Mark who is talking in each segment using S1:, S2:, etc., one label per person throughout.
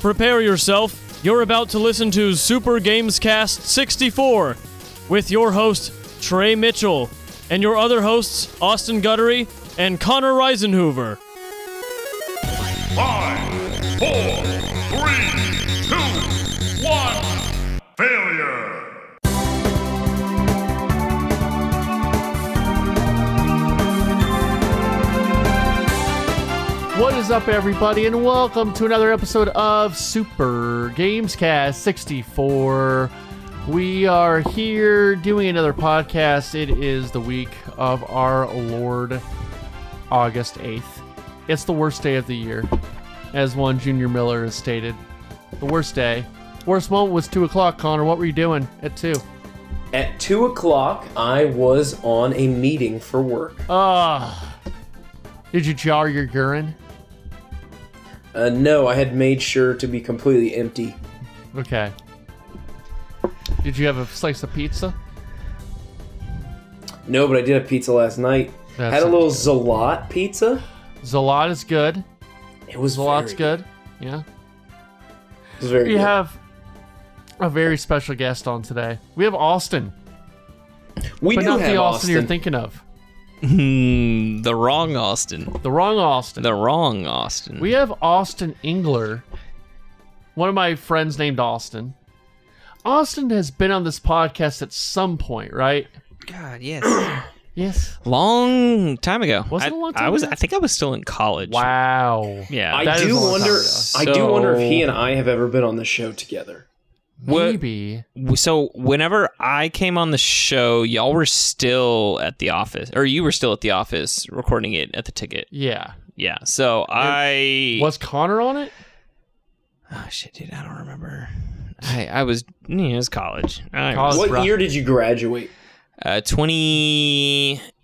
S1: prepare yourself. You're about to listen to Super Games Cast 64 with your host, Trey Mitchell, and your other hosts, Austin Guttery and Connor Reisenhoover.
S2: Five, four, three, two, one. Failure.
S3: What is up, everybody, and welcome to another episode of Super Gamescast 64. We are here doing another podcast. It is the week of our Lord, August 8th. It's the worst day of the year, as one Junior Miller has stated. The worst day. Worst moment was 2 o'clock, Connor. What were you doing at 2?
S4: At two o'clock, I was on a meeting for work.
S3: Ah. did you jar your urine?
S4: Uh, no, I had made sure to be completely empty.
S3: Okay. Did you have a slice of pizza?
S4: No, but I did have pizza last night.
S3: That
S4: had a
S3: sounds
S4: little Zalat pizza.
S3: Zalot is good.
S4: It was
S3: Zalot's
S4: very-
S3: good. Yeah.
S4: It was very
S3: We
S4: good.
S3: have a very special guest on today. We have Austin,
S4: we
S3: but
S4: do
S3: not
S4: have
S3: the Austin,
S4: Austin.
S3: you're thinking of.
S5: Hmm, the wrong Austin.
S3: The wrong Austin.
S5: The wrong Austin.
S3: We have Austin Engler, one of my friends named Austin. Austin has been on this podcast at some point, right?
S5: God, yes.
S3: Yes.
S5: long time ago.
S3: Was it
S5: I-
S3: a long time
S5: I was.
S3: ago?
S5: I think I was still in college.
S3: Wow.
S5: Yeah.
S4: I
S3: That is
S4: do
S3: a long
S4: wonder.
S3: time
S4: I do wonder if he
S5: So-
S4: and I have ever been on the show together.
S5: What-
S3: Maybe.
S5: so whenever I came on the show, y'all were still at the office, or you were still at the office recording it at the ticket.
S3: Yeah.
S5: Yeah. So I
S3: Was Connor on it?
S5: Oh shit, dude. I don't remember. I I was. You know, it was college. I
S3: College.
S5: was-
S4: What
S3: rough.
S4: year did you graduate?
S5: uh,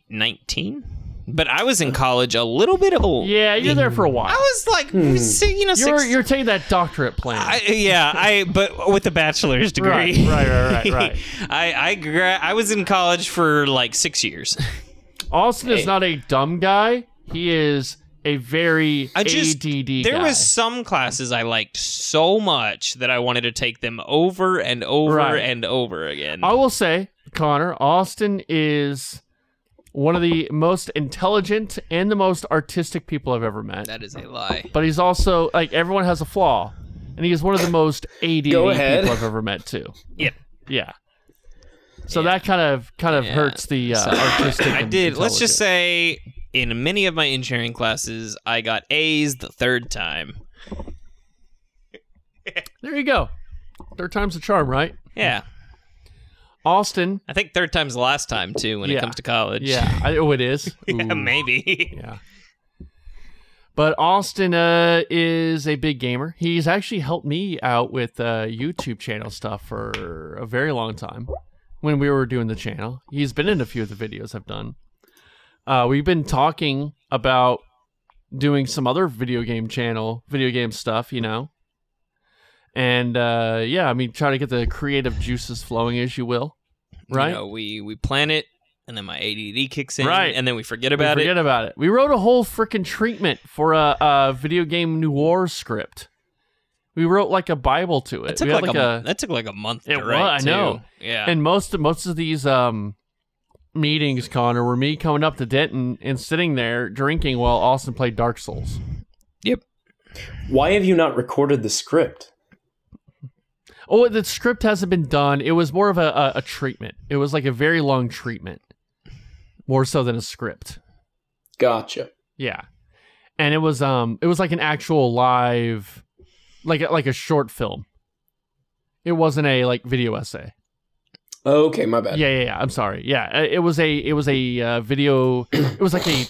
S5: 2019. But I was in college a little bit of a
S3: Yeah, you're there for a while.
S5: I was like, si- you know,
S3: You're,
S5: six,
S3: you're taking that doctorate plan.
S5: I, yeah, I but with a bachelor's degree.
S3: Right, right, right, right, right.
S5: I I gra- I was in college for like six years.
S3: Austin is not a dumb guy. He is a very
S5: I just
S3: ADD
S5: there
S3: guy.
S5: was some classes I liked so much that I wanted to take them over and over
S3: Right. Oh.
S5: and over again.
S3: I will say, Connor, Austin is one of the most intelligent and the most artistic people I've ever met.
S5: That is a lie.
S3: But he's also like everyone has a flaw, and he is one of the most ADD
S4: Go
S3: people
S4: ahead.
S3: I've ever met too.
S5: Yep.
S3: Yeah. So that kind of kind of
S5: Yeah.
S3: hurts the uh,
S5: So-
S3: artistic.
S5: I
S3: and
S5: did. Let's just
S3: intelligent.
S5: say, in many of my engineering classes, I got A's the third time.
S3: there you go. Third time's the charm, right?
S5: Yeah,
S3: Austin.
S5: I think third time's the last time too when
S3: Yeah.
S5: it comes to college.
S3: Yeah. I, oh, it is.
S5: yeah,
S3: Ooh.
S5: maybe.
S3: Yeah. But Austin uh, is a big gamer. He's actually helped me out with uh, YouTube channel stuff for a very long time when we were doing the channel. He's been in a few of the videos I've done. Uh, we've been talking about doing some other video game channel, video game stuff, you know. And uh, yeah, I mean, try to get the creative juices flowing as you will, right?
S5: You know, we we plan it, and then my ADD kicks in,
S3: Right.
S5: and then we forget
S3: We
S5: about
S3: forget
S5: it.
S3: about it. We wrote a whole freaking treatment for a, a video game noir script. We wrote like a Bible to it.
S5: That took
S3: we had
S5: like,
S3: like,
S5: a,
S3: a,
S5: that took like a month.
S3: It
S5: to write,
S3: was, I know.
S5: too. Yeah.
S3: and most of most of these um meetings, Connor, were me coming up to Denton and sitting there drinking while Austin played Dark Souls.
S4: Why have you not recorded the script?
S3: Oh, the script hasn't been done. It was more of a, a, a treatment. It was like a very long treatment, more so than a script.
S4: Gotcha.
S3: Yeah, and it was um it was like an actual live, like a- like a short film. It wasn't a like video essay.
S4: Okay, my
S3: Yeah,
S4: bad.
S3: yeah, yeah. I'm sorry. Yeah, uh, it was a it was a uh, video. It was like a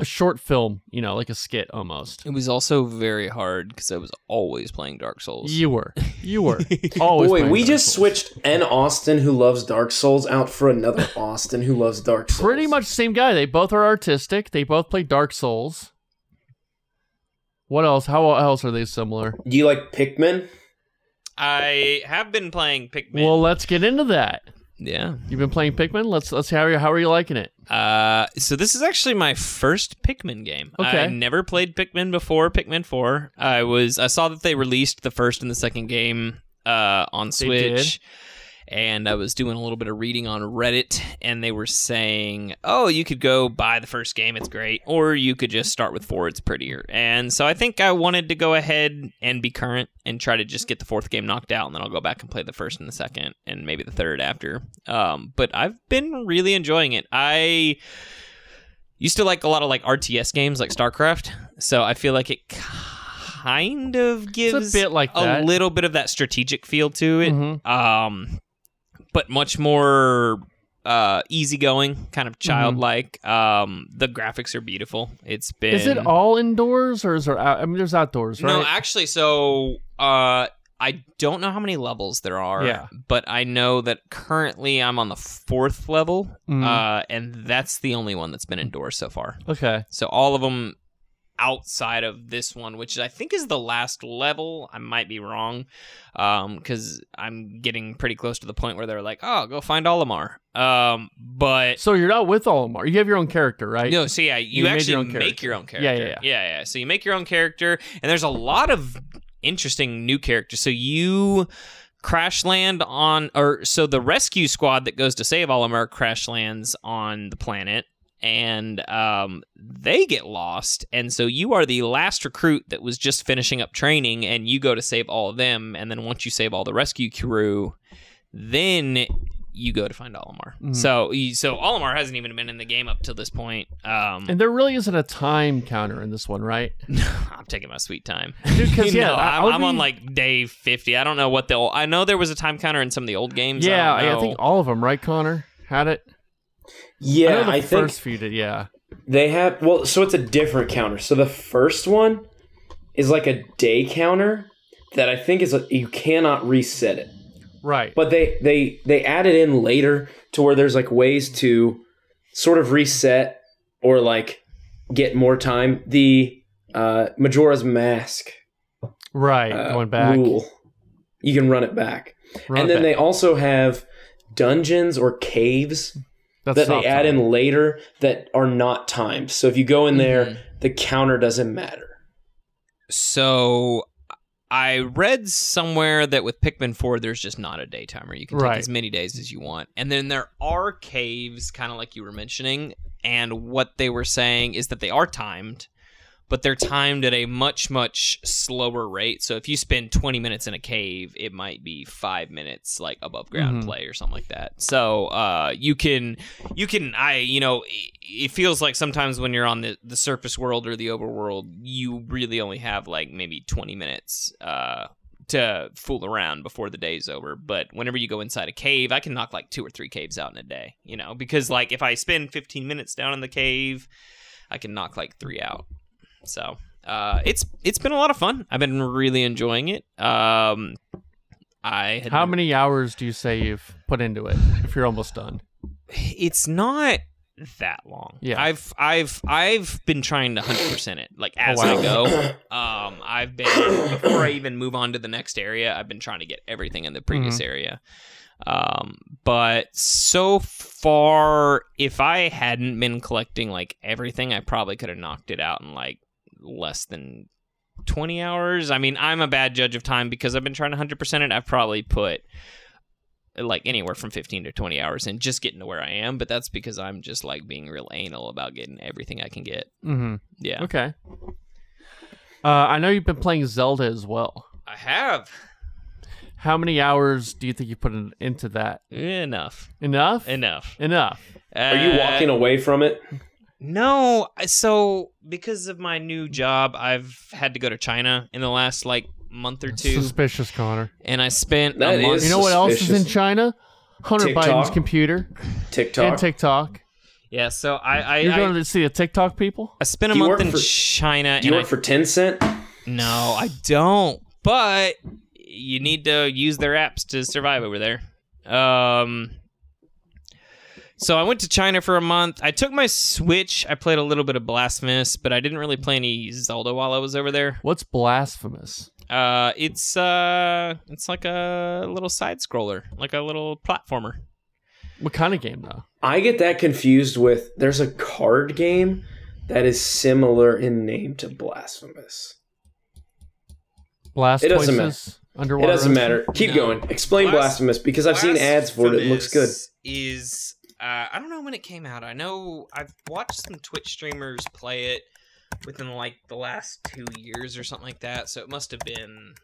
S3: a short film. You know, like a skit almost.
S5: it was also very hard because I was always playing Dark Souls.
S3: You were, you were always.
S4: Boy,
S3: playing
S4: we
S3: Dark
S4: just
S3: Souls.
S4: switched an Austin who loves Dark Souls out for another Austin who loves Dark Souls.
S3: Pretty much the same guy. They both are artistic. They both play Dark Souls. What else? How else are they similar?
S4: Do you like Pikmin?
S5: I have been playing Pikmin.
S3: Well, let's get into that.
S5: yeah.
S3: You've been playing Pikmin. Let's let's see how are you how are you liking it?
S5: Uh, so this is actually my first Pikmin game.
S3: Okay.
S5: I never played Pikmin before Pikmin Four. I was I saw that they released the first and the second game uh, on
S3: did.
S5: Switch, and I was doing a little bit of reading on Reddit, and they were saying, "Oh, you could go buy the first game; it's great, or you could just start with four; it's prettier." And so I think I wanted to go ahead and be current and try to just get the fourth game knocked out, and then I'll go back and play the first and the second, and maybe the third after. Um, but I've been really enjoying it. I used to like a lot of like RTS games like StarCraft, so I feel like it kind of gives
S3: bit like
S5: a
S3: that.
S5: little bit of that strategic feel to it.
S3: Mhm.
S5: Um, but much more uh easygoing, kind
S3: Mm-hmm.
S5: of childlike. Um, the graphics are beautiful. It's been
S3: Is it all indoors or is there? Out- I mean, there's outdoors, right?
S5: no, actually, so uh, I don't know how many levels there are.
S3: Yeah.
S5: But I know that currently I'm on the fourth level,
S3: Mm.
S5: uh, and that's the only one that's been indoors so far.
S3: okay.
S5: So all of them outside of this one, which I think is the last level. I might be wrong, because I'm getting pretty close to the point where they're like, "Oh, go find Olimar." Um, but
S3: So you're not with Olimar. You have your own character, right?
S5: no, so yeah, you,
S3: made your
S5: actually
S3: own
S5: make
S3: character.
S5: your own character.
S3: Yeah, yeah,
S5: yeah, yeah, So you make your own character, and there's a lot of interesting new characters. So you crash land on, or so the rescue squad that goes to save Olimar crash lands on the planet, and um, they get lost, and so you are the last recruit that was just finishing up training, and you go to save all of them, and then once you save all the rescue crew, then you go to find Olimar.
S3: Mhm.
S5: So you- so Olimar hasn't even been in the game up till this point. Um,
S3: And there really isn't a time counter in this one, right?
S5: I'm taking my sweet time.
S3: Dude, 'cause,
S5: You
S3: yeah,
S5: know,
S3: I- I
S5: I'm,
S3: would
S5: I'm on
S3: be-
S5: like day 50. I don't know what they'll. I know there was a time counter in some of the old games.
S3: yeah,
S5: I,
S3: I,
S5: don't
S3: I think
S5: know.
S3: all of them, right, Connor? Had it. I know
S4: Yeah,
S3: the
S4: I, think
S3: first few did. Yeah.
S4: they have. Well, so it's a different counter. So the first one is like a day counter that I think is a, you cannot reset it.
S3: Right.
S4: But they they they added in later to where there's like ways to sort of reset or like get more time. The uh, Majora's Mask
S3: right.
S4: uh,
S3: going back.
S4: rule. You can run it back,
S3: Run
S4: and
S3: it
S4: then
S3: back.
S4: they also have dungeons or caves
S3: That's
S4: that
S3: soft
S4: they add
S3: time.
S4: in later that are not timed. So if you go in there,
S3: Mm-hmm.
S4: the counter doesn't matter.
S5: So I read somewhere that with Pikmin 4, there's just not a day timer. You can
S3: Right.
S5: take as many days as you want. And then there are caves, kind of like you were mentioning. And what they were saying is that they are timed, but they're timed at a much, much slower rate. So if you spend 20 minutes in a cave, it might be five minutes like above ground
S3: Mhm.
S5: play or something like that. So uh, you can, you can, I, you know, i- it feels like sometimes when you're on the, the surface world or the overworld, you really only have like maybe 20 minutes uh, to fool around before the day's over. But whenever you go inside a cave, I can knock like two or three caves out in a day, you know, because like if I spend 15 minutes down in the cave, I can knock like three out. So uh, it's it's been a lot of fun. I've been really enjoying it. Um, I had
S3: How many hours do you say you've put into it? If you're almost done.
S5: it's not that long.
S3: Yeah.
S5: I've I've I've been trying to hundred percent it like as
S3: Oh, wow.
S5: I go. Um, I've been before I even move on to the next area. I've been trying to get everything in the previous area. Um, but so far, if I hadn't been collecting like everything, I probably could have knocked it out in like less than 20 hours. I mean, I'm a bad judge of time because I've been trying to 100% it. I've probably put like anywhere from 15 to 20 hours in just getting to where I am, but that's because I'm just like being real anal about getting everything I can get.
S3: Mm-hmm.
S5: Yeah.
S3: Okay. Uh, I know you've been playing Zelda as well.
S5: I have
S3: How many hours do you think you put in, into that?
S5: enough.
S3: Enough.
S5: Enough. Uh,
S3: Enough.
S4: Are you walking away from it?
S5: No, I- so because of my new job, I've had to go to China in the last like month or two,
S3: Suspicious, Connor.
S5: and I spent
S4: That
S5: a month.
S4: is-
S3: You know what else is in
S4: Suspicious.
S3: China? Hunter
S4: TikTok.
S3: Biden's computer and
S4: TikTok.
S3: TikTok.
S5: yeah, so I I,
S3: You're
S5: I,
S3: going to see the TikTok people?
S5: I spent a
S4: Do you
S5: month
S4: work
S5: in
S4: for-
S5: China.
S4: Do you
S5: and
S4: work
S5: I,
S4: for Tencent?
S5: No, I don't. But you need to use their apps to survive over there. Um, so I went to China for a month. I took my Switch. I played a little bit of Blasphemous, but I didn't really play any Zelda while I was over there.
S3: What's blasphemous?
S5: Uh, it's uh, it's like a little side scroller, like a little platformer.
S3: What kind of game though?
S4: I get that confused with there's a card game that is similar in name to Blasphemous.
S3: Blast
S4: It doesn't
S3: Toises?
S4: It
S3: Underwater.
S4: doesn't matter. Keep
S5: No.
S4: going. Explain
S5: Blas-
S4: Blasphemous because I've seen ads for it. It looks good.
S5: Blasphemous Is uh, I don't know when it came out. I know I've watched some Twitch streamers play it within like the last two years or something like that. So it must have been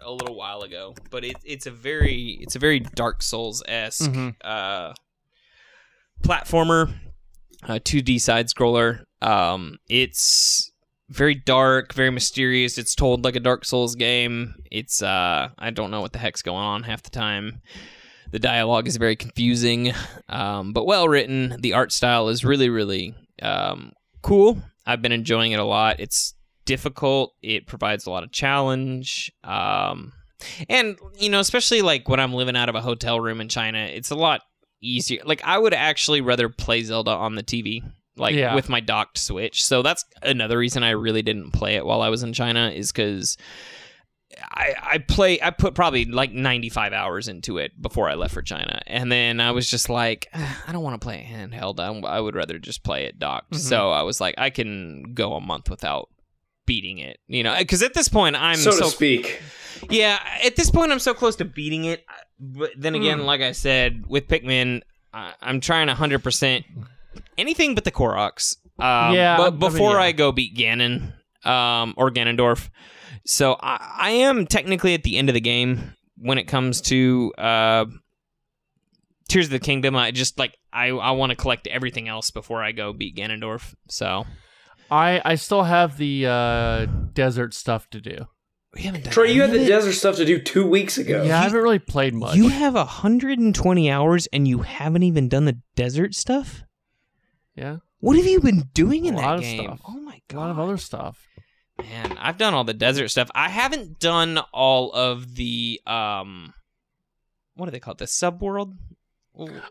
S5: a little while ago. But it, it's a very it's a very Dark Souls esque
S3: Mhm.
S5: uh, platformer, uh, 2D side scroller. Um, it's very dark, very mysterious. It's told like a Dark Souls game. It's uh, I don't know what the heck's going on half the time. The dialogue is very confusing, um, but well written. The art style is really, really um, cool. I've been enjoying it a lot. It's difficult. It provides a lot of challenge. Um, and you know, especially like when I'm living out of a hotel room in China, it's a lot easier. Like I would actually rather play Zelda on the TV, like
S3: Yeah.
S5: with my docked Switch. So that's another reason I really didn't play it while I was in China is because I, I play I put probably like 95 hours into it before I left for China, and then I was just like, "Ah, I don't want to play it handheld. I, I would rather just play it docked.
S4: Mm-hmm.
S3: Mhm.
S5: So I was like, I can go a month without beating it, you know, because at this point I'm
S4: so,
S5: so
S4: to speak.
S5: yeah, at this point, I'm so close to beating it. uh, But then
S3: Hmm.
S5: again, like I said, with Pikmin, I, I'm trying 100% anything but the Koroks. Um,
S3: Yeah, I
S5: But
S3: mean,
S5: before I,
S3: yeah.
S5: go beat Ganon um, or Ganondorf. So I, I am technically at the end of the game when it comes to uh, Tears of the Kingdom. I just like, I, I want to collect everything else before I go beat Ganondorf. So
S3: I I still have the uh, desert stuff to do.
S5: we haven't done
S4: Trey, you had
S5: any
S4: the
S5: of it.
S4: desert stuff to do two weeks ago.
S3: Yeah, I haven't really played much.
S5: You have 120 hours and you haven't even done the desert stuff?
S3: yeah,
S5: What have you been doing in
S3: A
S5: that
S3: lot of
S5: game?
S3: stuff.
S5: Oh my
S3: a
S5: god.
S3: lot of other stuff.
S5: Man, I've done all the desert stuff. I haven't done all of the um what do they call it? The subworld?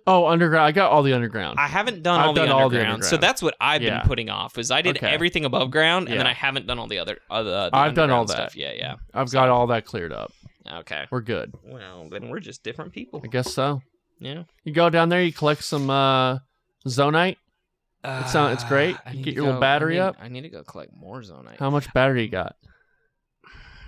S3: Oh, underground. I got all the underground.
S5: I haven't done,
S3: I've
S5: all,
S3: done
S5: the
S3: all the
S5: underground, so
S3: underground.
S5: that's what I've
S3: Yeah.
S5: been putting off. Is I did
S3: Okay.
S5: everything above ground, and then
S3: Yeah.
S5: I haven't done all the other other. the
S3: I've done all
S5: underground
S3: that.
S5: Stuff. Yeah,
S3: I've got all that cleared up.
S5: yeah. Okay.
S3: We're good.
S5: Well, then we're just different people.
S3: I guess so.
S5: Yeah.
S3: You go down there, you collect some uh, zonite. It's not- it's great.
S5: Uh, I
S3: You
S5: need
S3: get
S5: to
S3: your little
S5: go-
S3: battery
S5: I need-
S3: up.
S5: I need to go collect more zonite.
S3: How much battery you got?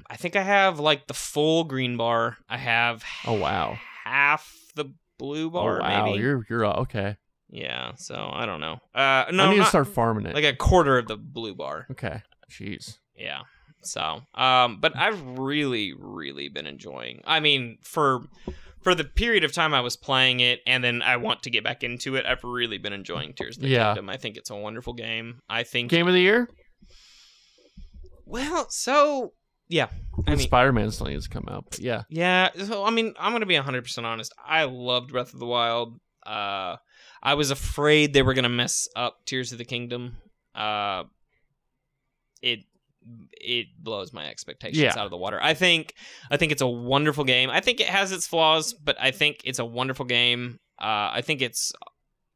S5: I think I have like the full green bar. I have
S3: Oh wow.
S5: half the blue bar.
S3: oh wow.
S5: maybe.
S3: You're you're uh, okay.
S5: Yeah. So I don't know. Uh, no,
S3: I need
S5: not-
S3: to start farming it.
S5: like a quarter of the blue bar.
S3: okay. Jeez.
S5: Yeah. So, um, but I've really, really been enjoying. I mean, for for the period of time I was playing it, and then I want to get back into it. I've really been enjoying Tears of the
S3: Yeah.
S5: Kingdom. I think it's a wonderful game. I think.
S3: Game of the year?
S5: Well, so yeah. I mean,
S3: Spider Man still needs to come out. But yeah.
S5: Yeah, so I mean, I'm gonna be 100 percent honest. I loved Breath of the Wild. Uh, I was afraid they were gonna mess up Tears of the Kingdom. Uh, it it blows my expectations
S3: Yeah.
S5: out of the water. I think I think it's a wonderful game. I think it has its flaws, but I think it's a wonderful game. Uh, I think it's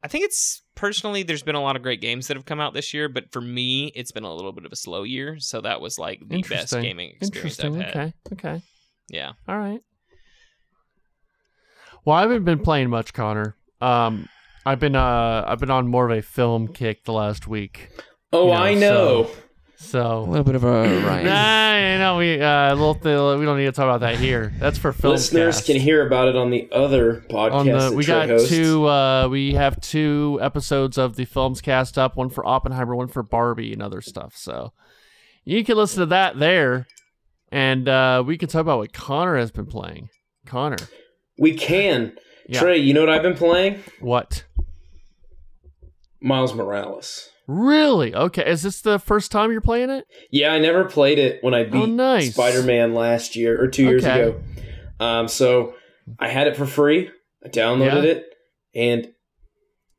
S5: I think it's personally there's been a lot of great games that have come out this year, but for me it's been a little bit of a slow year. So that was like the best
S3: Interesting.
S5: gaming experience I've
S3: Interesting.
S5: had.
S3: Okay. Okay.
S5: Yeah.
S3: All right. Well, I haven't been playing much, Connor. Um, I've been uh, I've been on more of a film kick the last week.
S4: Oh,
S3: You know,
S4: I know.
S3: So
S5: little bit of a Ryan.
S3: nah, you know, we uh, little th- we don't need to talk about that here. That's for film.
S4: Listeners can hear about it on the other podcast.
S3: on the
S4: that
S3: we
S4: Trey
S3: got
S4: hosts.
S3: two uh we have two episodes of the films cast up one for oppenheimer one for barbie and other stuff so you can listen to that there and uh we can talk about what connor has been playing connor
S4: We can.
S3: Yeah.
S4: Trey, you know what I've been playing?
S3: what
S4: Miles Morales.
S3: really okay is this the first time you're playing it
S4: Yeah, I never played it when I beat
S3: Oh, nice.
S4: Spider Man last year or two years
S3: Okay.
S4: ago. Um, so I had it for free. I downloaded
S3: Yeah.
S4: it, and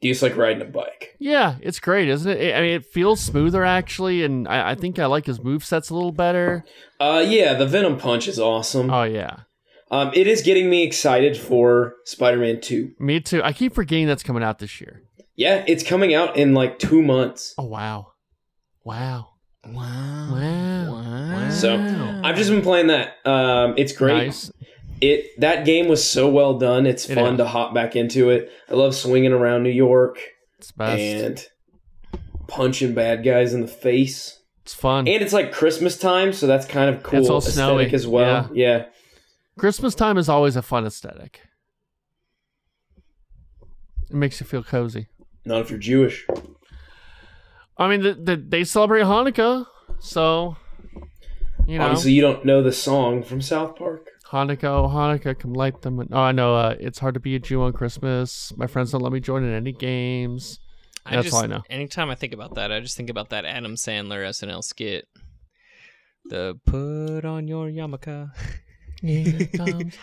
S4: it's like riding a bike.
S3: yeah it's great isn't it It- i mean it feels smoother actually and i, I think i like his move sets a little better
S4: Uh, yeah, the Venom Punch is awesome.
S3: oh yeah
S4: Um, it is getting me excited for Spider Man 2.
S3: me too i keep forgetting that's coming out this year
S4: Yeah, it's coming out in like two months.
S3: oh wow wow
S5: Wow.
S3: wow
S5: Wow.
S4: So I've just been playing that. Um, it's great.
S3: Oh, Nice.
S4: it that game was so well done. It's
S3: It
S4: fun
S3: is.
S4: to hop back into it. I love swinging around New York
S3: It's best.
S4: and punching bad guys in the face.
S3: it's fun.
S4: And it's like Christmas time, so that's kind of cool
S3: all
S4: aesthetic
S3: snowy,
S4: as well. Yeah.
S3: Christmas time is always a fun aesthetic. It makes you feel cozy.
S4: Not if you're Jewish.
S3: I mean, the, the, they celebrate Hanukkah, so you know,
S4: Obviously, you don't know the song from South Park.
S3: Hanukkah, oh, Hanukkah, come light them. Oh, I know. Uh, it's hard to be a Jew on Christmas. My friends don't let me join in any games.
S5: I
S3: That's
S5: just,
S3: all I know.
S5: Anytime I think about that, I just think about that Adam Sandler SNL skit. The put on your yarmulke.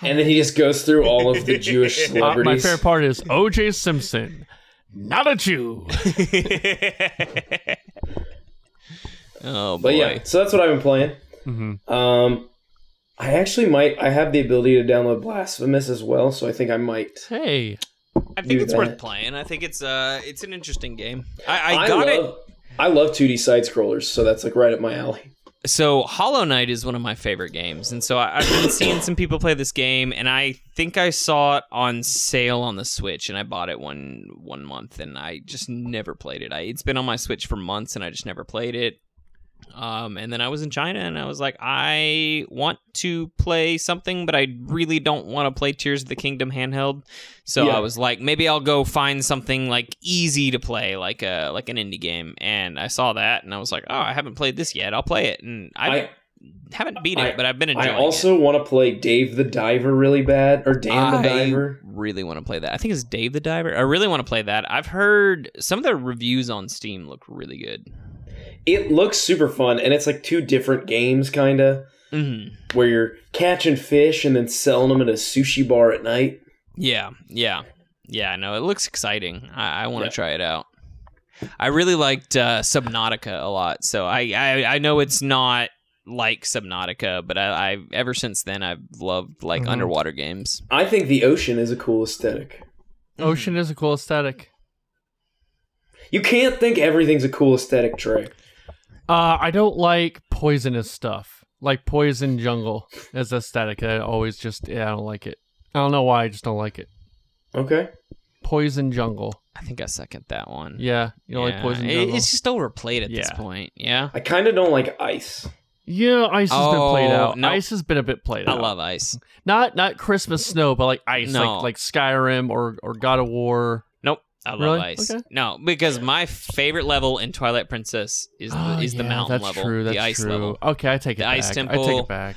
S4: And then he just goes through all of the Jewish
S3: Uh, Oh. my
S4: celebrities.
S3: favorite part is O.J. Simpson, not a Jew.
S5: oh boy!
S4: but yeah, so that's what I've been playing.
S3: hmm
S4: Um, I actually might. I have the ability to download Blasphemous as well, so I think I might.
S3: Hey,
S5: I think
S4: do
S5: it's
S4: that.
S5: worth playing. I think it's uh, it's an interesting game. I,
S4: love,
S5: I, got it.
S4: I love 2D side scrollers, so that's like right up my alley.
S5: so Hollow Knight is one of my favorite games, and so I, I've been seeing some people play this game, and I think I saw it on sale on the Switch, and I bought it one one month, and I just never played it. I, it's been on my Switch for months, and I just never played it. Um, and then I was in China, and I was like, I want to play something, but I really don't want to play Tears of the Kingdom handheld. So
S4: Yeah.
S5: I was like, maybe I'll go find something like easy to play, like a like an indie game. And I saw that, and I was like, oh, I haven't played this yet. I'll play it, and I,
S4: I
S5: haven't beat it,
S4: I-
S5: but I've been enjoying
S4: I
S5: it.
S4: also want to play Dave the Diver really bad, or Dan the Diver.
S5: I really want to play that. I think it's Dave the Diver. I really want to play that. I've heard some of the reviews on Steam look really good.
S4: It looks super fun, and it's like two different games, kind of,
S5: hmm
S4: where you're catching fish and then selling them at a sushi bar at night.
S5: Yeah, yeah, yeah. No, it looks exciting. I, I want to
S4: Yeah.
S5: try it out. I really liked uh, Subnautica a lot, so I, I I know it's not like Subnautica, but I, I ever since then I've loved like
S3: Mhm.
S5: underwater games.
S4: I think the ocean is a cool aesthetic.
S3: ocean is a cool aesthetic.
S4: You can't think everything's a cool aesthetic, Trey.
S3: Uh, I don't like poisonous stuff, like poison jungle as aesthetic. I always just yeah, I don't like it. I don't know why. I just don't like it.
S4: Okay.
S3: Poison jungle.
S5: I think I second that one.
S3: Yeah, you don't like
S5: Yeah.
S3: poison
S5: It-
S3: jungle.
S5: It's just overplayed at this
S3: Yeah.
S5: point. Yeah,
S4: I kind of don't like ice.
S3: Yeah, ice has been played
S5: Oh,
S3: out.
S5: no.
S3: Ice has been a bit played
S5: I
S3: out.
S5: love ice.
S3: not not Christmas snow, but like ice,
S5: No.
S3: like like Skyrim or or God of War.
S5: Nope. I love
S3: Really?
S5: ice.
S3: Okay.
S5: No, because my favorite level in Twilight Princess is the,
S3: Oh,
S5: is the
S3: yeah,
S5: mountain
S3: that's
S5: level,
S3: True, that's
S5: the ice
S3: true.
S5: level.
S3: Okay, I take it
S5: The
S3: back.
S5: ice
S3: I take
S5: temple.
S3: it back.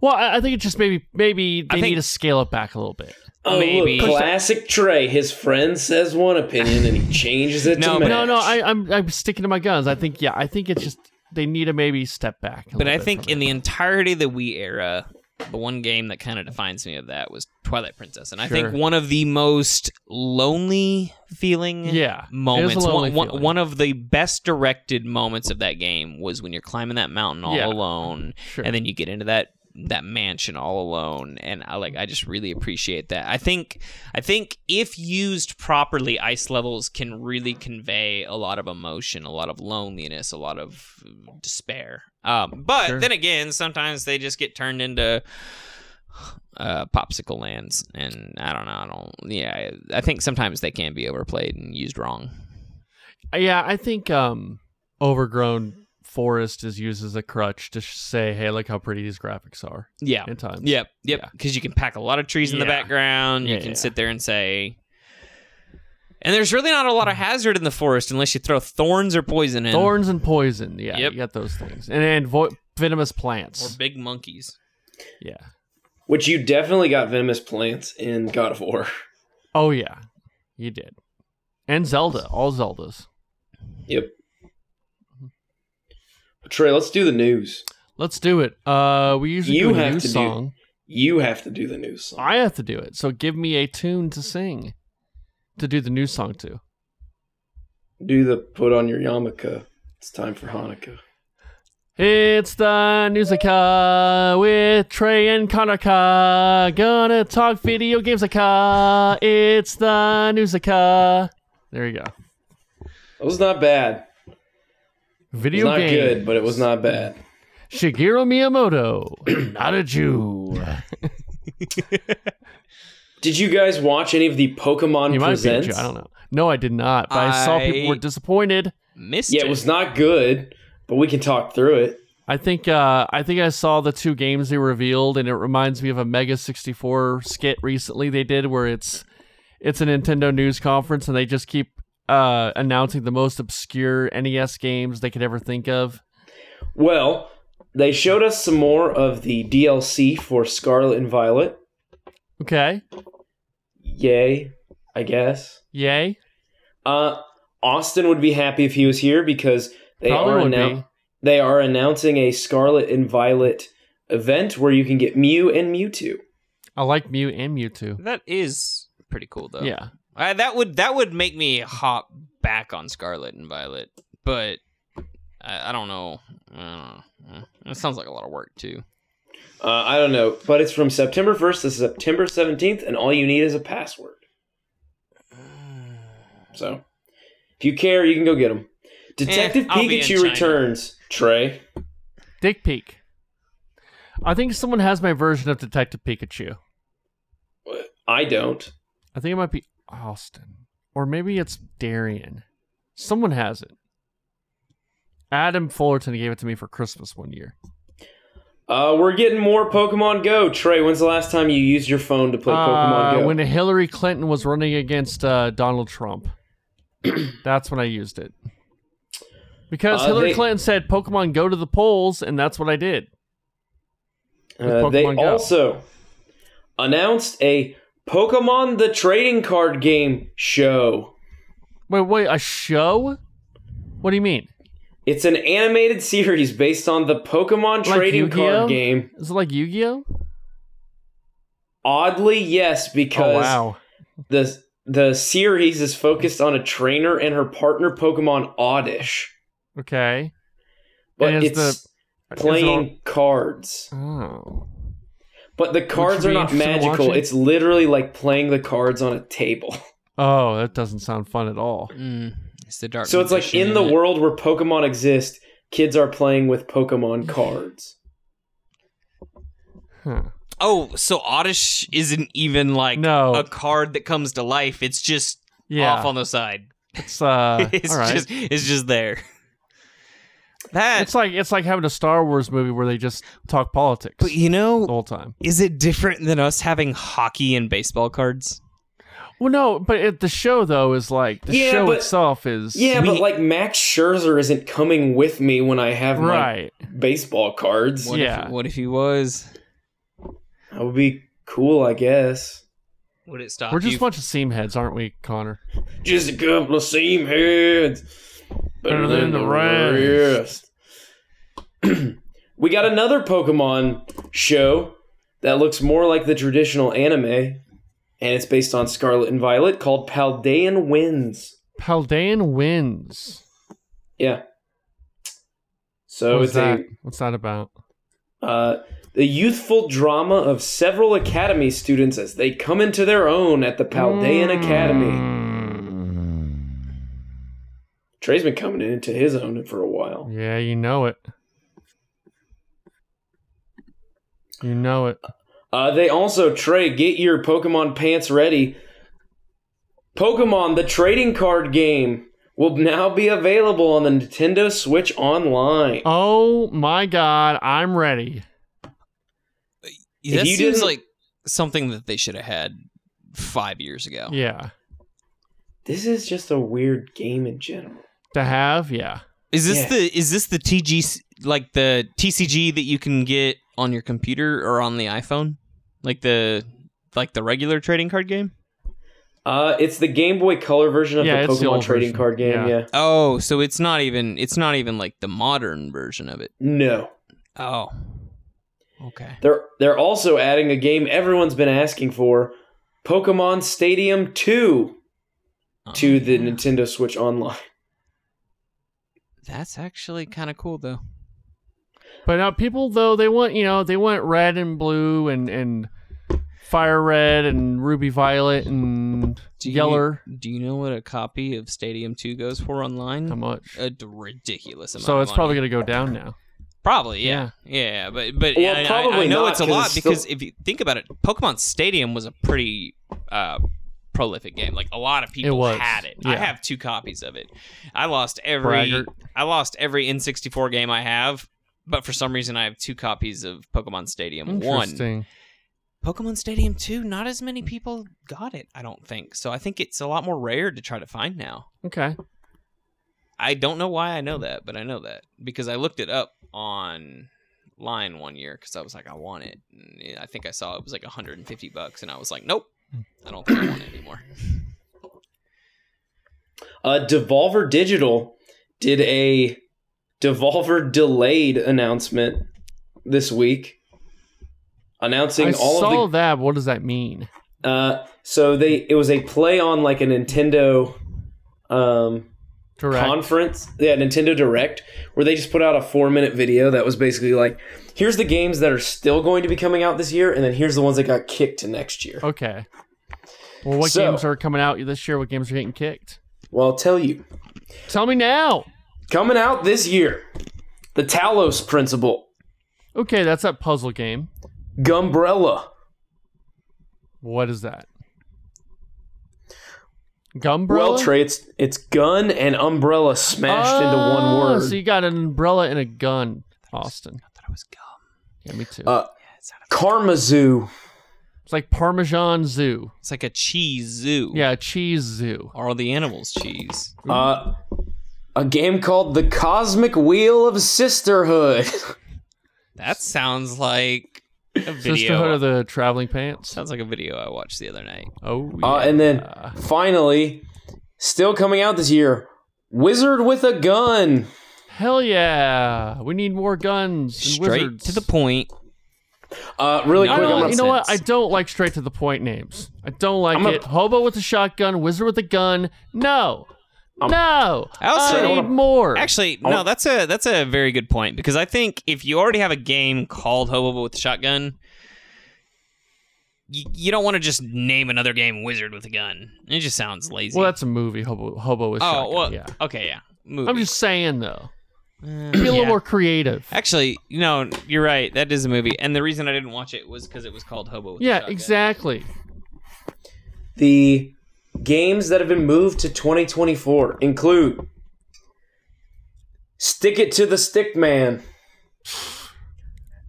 S3: Well, I, I think it's just maybe maybe they
S5: I think-
S3: need to scale it back a little bit.
S4: Oh,
S5: Maybe.
S4: look, classic Trey. His friend says one opinion and he changes it
S5: No,
S4: to
S5: but-
S3: No, no,
S4: match.
S3: I, I'm I'm sticking to my guns. I think yeah, I think it's just they need to maybe step back. a
S5: But
S3: little
S5: I
S3: bit
S5: think
S3: from
S5: in
S3: it.
S5: the entirety of the Wii era, the one game that kind of defines me of that was Twilight Princess, and I think
S3: Sure.
S5: one of the most lonely feeling
S3: yeah it is a
S5: moments.
S3: lonely
S5: One, one,
S3: feeling.
S5: one of the best directed moments of that game was when you're climbing that mountain all
S3: Yeah.
S5: alone,
S3: Sure.
S5: and then you get into that that mansion all alone and i like i just really appreciate that i think i think if used properly ice levels can really convey a lot of emotion a lot of loneliness a lot of uh, despair um but
S3: Sure.
S5: then again sometimes they just get turned into uh popsicle lands and i don't know i don't yeah i I think sometimes they can be overplayed and used wrong
S3: yeah, I think um overgrown forest is used as a crutch to sh- say hey look how pretty these graphics are
S5: yeah
S3: in times
S5: Yep, yep.
S3: Yeah.
S5: Because you can pack a lot of trees in the
S3: Yeah.
S5: background. You
S3: Yeah,
S5: can
S3: yeah.
S5: sit there and say. And there's really not a lot of hazard in the forest unless you throw thorns or poison in.
S3: thorns and poison yeah
S5: Yep.
S3: you got those things and and vo- venomous plants
S5: Or big monkeys.
S3: yeah
S4: Which you definitely got venomous plants in God of War.
S3: oh yeah you did and zelda all zeldas
S4: Yep. Trey, let's do the news.
S3: let's do it uh we usually
S4: You
S3: do a
S4: have
S3: new
S4: to do-
S3: song
S4: You have to do the news. Song.
S3: i have to do it so give me a tune to sing to do the new song to
S4: do the put on your yarmulke. It's time for Hanukkah.
S3: It's the Newsaka with Trey and Konaka. Gonna talk video games aka. It's the Newsaka. There you go.
S4: It was not bad. It was
S3: Video
S4: not
S3: game.
S4: good, but it was not bad.
S3: Shigeru Miyamoto, not a Jew.
S4: Did you guys watch any of the Pokemon
S3: You might have beat
S4: Presents?
S3: you. I don't know. No, I did not. But I, saw people
S5: I-
S3: were disappointed.
S5: Missed
S4: Yeah,
S5: it.
S4: it was not good, but we can talk through it.
S3: I think uh, I think I saw the two games they revealed, and it reminds me of a Mega sixty four skit recently they did where it's it's a Nintendo news conference and they just keep uh, announcing the most obscure NES games they could ever think of.
S4: Well, they showed us some more of the DLC for Scarlet and Violet.
S3: Okay,
S4: Yay, I guess.
S3: yay!
S4: Uh, Austin would be happy if he was here because they
S3: Probably
S4: are
S3: would
S4: now
S3: be.
S4: they are announcing a Scarlet and Violet event where you can get Mew and Mewtwo.
S3: I like Mew and Mewtwo.
S5: That is pretty cool though.
S3: Yeah,
S5: I, that would that would make me hop back on Scarlet and Violet, but I, I don't know. I don't know. It sounds like a lot of work too.
S4: Uh, I don't know, but it's from September 1st to September 17th, and all you need is a password. So, if you care, you can go get them.
S3: Eh,
S4: Detective
S5: I'll be in
S4: Pikachu
S5: China.
S4: returns. Trey,
S3: Dick Peak. I think someone has my version of Detective Pikachu.
S4: I don't.
S3: I think it might be Austin. Or maybe it's Darian. Someone has it. Adam Fullerton gave it to me for Christmas one year.
S4: Uh, we're getting more Pokemon Go. Trey, when's the last time you used your phone to play Pokemon
S3: Uh,
S4: Go?
S3: when Hillary Clinton was running against uh, Donald Trump. that's when I used it. Because
S4: Uh,
S3: Hillary
S4: they-
S3: Clinton said, Pokemon, go to the polls, and that's what I did.
S4: Uh,
S3: with
S4: they
S3: Pokemon Go.
S4: also announced a Pokemon the Trading Card Game show.
S3: Wait, wait, a show? What do you mean?
S4: It's an animated series based on the Pokemon
S3: Like
S4: trading
S3: Yu-Gi-Oh?
S4: card game.
S3: Is it like Yu Gi Oh?
S4: Oddly, yes,
S3: Oh,
S4: because
S3: wow.
S4: the the series is focused on a trainer and her partner Pokemon Oddish,
S3: Okay.
S4: but
S3: And is
S4: it's
S3: is it
S4: playing cards.
S3: Oh.
S4: But the cards
S3: you
S4: are
S3: be
S4: not
S3: interested in
S4: magical.
S3: watching?
S4: It's literally like playing the cards on a table.
S3: Oh, that doesn't sound fun at all.
S5: Mm, it's the dark.
S4: So it's like
S5: magician
S4: in the
S5: it.
S4: world where Pokemon exist, kids are playing with Pokemon cards.
S3: Huh.
S5: Oh, so Oddish isn't even like
S3: No.
S5: a card that comes to life. It's just
S3: Yeah.
S5: off on the side.
S3: It's uh,
S5: it's
S3: all right.
S5: just it's just there. That
S3: it's like it's like having a Star Wars movie where they just talk politics
S5: but you
S3: the
S5: know,
S3: whole time.
S5: is it different than us having hockey and baseball cards?
S3: Well, no, but it, the show though is like the
S4: Yeah,
S3: show
S4: but-
S3: itself is
S4: Yeah,
S5: We-
S4: but like Max Scherzer isn't coming with me when I have
S3: right.
S4: my baseball cards.
S5: What
S3: Yeah.
S5: If, what if he was?
S4: That would be cool, I guess.
S5: Would it stop?
S3: We're just
S5: you
S3: a bunch of seam heads, aren't we, Connor?
S4: Just a couple of seam heads.
S3: Better than the rest.
S4: rest. we got another Pokemon show that looks more like the traditional anime, and it's based on Scarlet and Violet called Paldean Winds.
S3: Paldean wins.
S4: Yeah. So
S3: What's
S4: it's
S3: that? What's that about?
S4: a uh, the youthful drama of several academy students as they come into their own at the Paldean
S3: Hmm.
S4: Academy. Trey's been coming into his own for a while.
S3: Yeah, you know it. You know it.
S4: Uh, they also Trey, get your Pokemon pants ready. Pokemon the trading card game will now be available on the Nintendo Switch Online.
S3: Oh my God, I'm ready.
S5: That
S4: If you
S5: seems
S4: didn't-
S5: like something that they should have had five years
S4: Oh.
S5: ago.
S3: Yeah,
S4: This is just a weird game in general.
S3: to have. Yeah,
S5: Is this
S4: Yeah.
S5: the is this the TG like the TCG that you can get on your computer or on the iPhone? Like the like the regular trading card game?
S4: Uh, it's the Game Boy Color version of
S3: Yeah,
S4: the
S3: it's the
S4: Pokemon
S3: old
S4: trading
S3: version.
S4: card game.
S3: Yeah.
S4: Yeah.
S5: Oh, so it's not even it's not even like the modern version of it.
S4: No,
S5: Oh. Okay.
S4: they're they're also adding a game everyone's been asking for, Pokemon Stadium Two,
S5: Oh, Um,
S4: to the Nintendo Switch Online.
S5: That's actually kind of cool though.
S3: But now people though they want you know they want red and blue and and fire red and ruby violet and
S5: Do you-
S3: yeller.
S5: Do you know what a copy of Stadium 2 goes for
S3: How
S5: online?
S4: Mm.
S3: much?
S5: A d- ridiculous amount.
S3: Um, So
S5: of
S3: it's probably
S5: money.
S3: gonna go down now.
S5: Probably, yeah, yeah, but but
S4: Well,
S5: I- I- I,
S4: probably
S5: know
S4: not,
S5: it's a
S4: 'cause
S5: lot
S4: it's
S5: because
S4: still-
S5: if you think about it, Pokemon Stadium was a pretty uh, prolific game. Like a lot of people
S3: was,
S5: had it. I
S3: yeah.
S5: have two copies of it. I lost every
S3: Braggart.
S5: I lost every N64 game I have, but for some reason I have two copies of Pokemon Stadium. One
S3: Interesting.
S5: Pokemon Stadium 2, not as many people got it, I don't think. So I think it's a lot more rare to try to find now.
S3: Okay.
S5: I don't know why I know that, but I know that because I looked it up online one year because I was like, I want it. And I think I saw it was like 150 bucks, and I was like, nope,
S3: Hmm.
S5: I don't think I want it anymore.
S4: Uh, Devolver Digital did a Devolver delayed announcement this week, announcing
S3: I
S4: all
S3: saw
S4: of
S3: that. What does that mean?
S4: the. Uh, so they it was a play on like a Nintendo um,
S3: Direct.
S4: conference, yeah, Nintendo Direct, where they just put out a four minute video that was basically like, here's the games that are still going to be coming out this year, and then here's the ones that got kicked to next year.
S3: okay. Well, what
S4: So-
S3: games are coming out this year? What games are getting kicked?
S4: Well, I'll tell you.
S3: Tell me now.
S4: Coming out this year, the Talos Principle,
S3: Okay, that's that puzzle game.
S4: Gumbrella.
S3: What is that? Gumbrella.
S4: Well, Trey, it's it's gun and umbrella smashed into one
S3: Oh,
S4: word.
S3: So you got an umbrella and a gun, Austin.
S5: I thought it was gum.
S3: Yeah, me too.
S4: Uh, Karmazoo.
S3: it's like Parmesan Zoo.
S5: It's like a cheese zoo.
S3: Yeah, cheese zoo.
S5: Are all the animals cheese?
S4: Uh,
S3: Mm-hmm.
S4: a game called The Cosmic Wheel of Sisterhood.
S5: That sounds like a video.
S3: Sisterhood of the Traveling Pants.
S5: sounds like a video I watched the other night.
S3: Oh, yeah.
S4: Uh, and then finally, still coming out this year, Wizard with a Gun.
S3: hell yeah, we need more guns and
S5: Straight
S3: wizards.
S5: to the point.
S4: Uh, really
S5: No,
S3: I
S4: quick,
S5: no,
S4: I'm
S3: don't,
S4: gonna-
S3: you know what? I
S5: nonsense.
S3: don't like straight to the point names. I don't like
S4: I'm a-
S3: it. Hobo with a shotgun, wizard with a gun. No, no.
S5: I also-
S3: I need more.
S5: Actually, no, that's a that's a very good point because I think if you already have a game called Hobo with a Shotgun, you, you don't want to just name another game Wizard with a Gun. It just sounds lazy.
S3: well, that's a movie. Hobo, hobo with
S5: oh
S3: shotgun.
S5: well,
S3: yeah.
S5: okay, yeah. Movie.
S3: I'm just saying though.
S5: Uh,
S3: Be a little
S5: yeah.
S3: more creative.
S5: Actually, no, you're right. That is a movie, and the reason I didn't watch it was because it was called Hobo. With a
S3: Yeah,
S5: Shotgun.
S3: exactly.
S4: The games that have been moved to 2024 include Stick It to the Stick Man,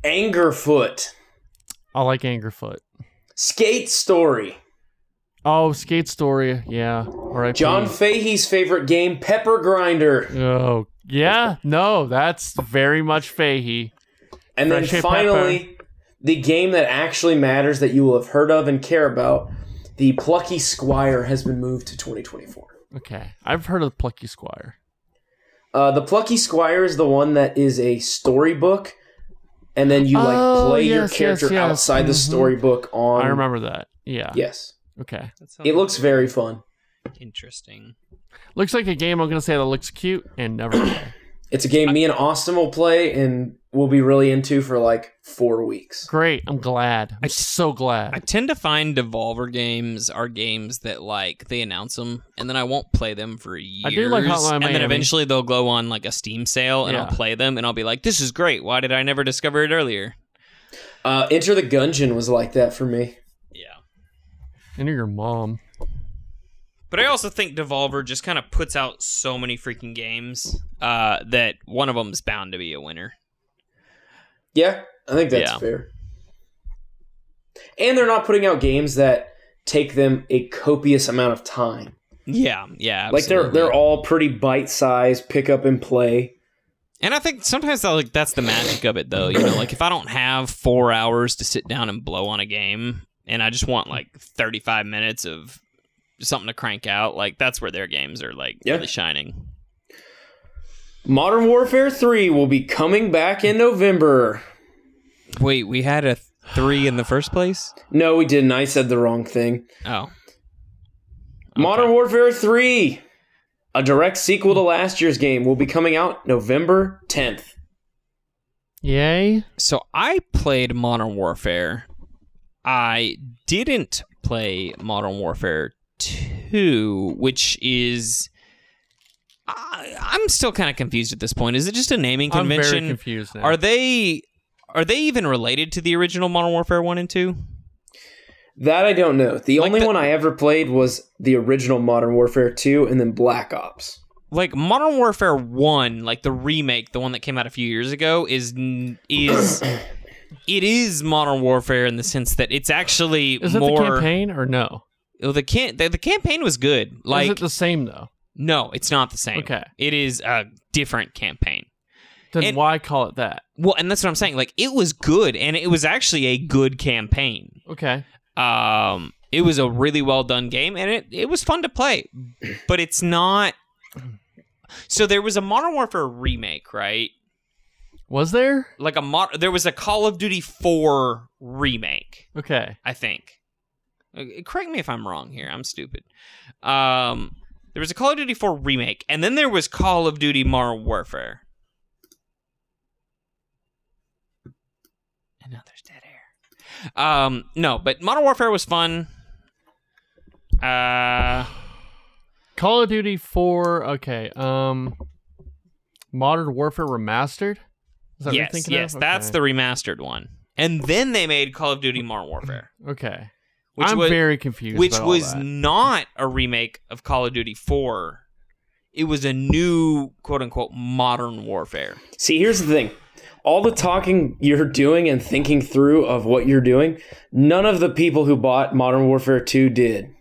S4: Angerfoot,
S3: I like Angerfoot.
S4: Skate Story.
S3: Oh, Skate Story. Yeah. All right.
S4: John Fahey's favorite game, Pepper Grinder.
S3: Oh, yeah. No, that's very much Fahey.
S4: And then
S3: Friendship
S4: finally, the game that actually matters that you will have heard of and care about, the Plucky Squire has been moved to 2024.
S3: Okay. I've heard of Plucky Squire.
S4: Uh, the Plucky Squire is the one that is a storybook, and then you like
S3: Oh,
S4: play your
S3: yes, yes,
S4: character
S3: yes.
S4: outside the
S3: Mhm.
S4: storybook on.
S3: I remember that. Yeah.
S4: Yes,
S3: Okay.
S5: That sounds
S4: it looks very fun.
S5: interesting.
S3: Looks like a game I'm going to say that looks cute and never play.
S4: It's a game me and Austin will play, and we'll be really into for like four weeks.
S3: Great. I'm glad. I'm so glad.
S5: I tend to find Devolver games are games that like they announce them and then I won't play them for years.
S3: do like Hotline
S5: and then
S3: Miami.
S5: eventually they'll go on like a Steam sale and I'll
S3: Yeah.
S5: play them and I'll be like, "This is great. Why did I never discover it earlier?"
S4: Uh, Enter the Gungeon was like that for me.
S5: Yeah.
S3: and you're your mom.
S5: But I also think Devolver just kind of puts out so many freaking games uh, that one of them's bound to be a winner.
S4: Yeah, I think that's
S5: Yeah.
S4: fair. And they're not putting out games that take them a copious amount of time.
S5: Yeah, yeah.
S4: Like they're
S5: absolutely.
S4: they're all pretty bite sized, pick up and play.
S5: And I think sometimes I, like that's the magic of it, though. You know, like if I don't have four hours to sit down and blow on a game, and I just want like thirty-five minutes of something to crank out, like that's where their games are like
S4: Yeah.
S5: really shining.
S4: Modern Warfare Three will be coming back in November.
S5: Wait, we had a three in the first place.
S4: No, we didn't. I said the wrong thing.
S5: Oh,
S4: Modern Warfare Three, a direct sequel to last year's game, will be coming out November tenth.
S3: Yay.
S5: so I played Modern Warfare. I didn't play Modern Warfare 2, which is I, I'm still kind of confused at this point. Is it just a naming
S3: I'm
S5: convention?
S3: very confused now.
S5: Are they are they even related to the original Modern Warfare one and two?
S4: That I don't know. The
S5: Like
S4: only
S5: the-
S4: one I ever played was the original Modern Warfare 2 and then Black Ops.
S5: Like Modern Warfare one, like the remake, the one that came out a few years ago, is n- is it is Modern Warfare in the sense that it's actually
S3: Is it
S5: more
S3: the campaign or no?
S5: Oh, the can the, the campaign was good.
S3: Is
S5: Like
S3: it the same though?
S5: no, it's not the same.
S3: Okay.
S5: it is a different campaign.
S3: Then
S5: And-
S3: why call it that?
S5: Well, and that's what I'm saying. Like it was good, and it was actually a good campaign.
S3: Okay.
S5: Um, it was a really well done game, and it it was fun to play, but it's not. So there was a Modern Warfare remake, right?
S3: Was there?
S5: Like a mod, there was a Call of Duty Four remake,
S3: Okay.
S5: I think. Uh, Correct me if I'm wrong here. I'm stupid. Um, there was a Call of Duty Four remake, and then there was Call of Duty Modern Warfare. And now there's dead air. Um, no, but Modern Warfare was fun. Uh,
S3: Call of Duty 4. Okay. Um Modern Warfare Remastered?
S5: yes,
S3: Is that what you're thinking
S5: yes,
S3: of?
S5: that's the
S3: Okay.
S5: remastered one. And then they made Call of Duty Modern Warfare,
S3: Okay.
S5: which
S3: I'm
S5: was
S3: very confused.
S5: which
S3: about all
S5: was
S3: that.
S5: not a remake of Call of Duty 4. It was a new quote unquote modern warfare.
S4: See, here's the thing. All the talking you're doing and thinking through of what you're doing, none of the people who bought Modern Warfare 2 did.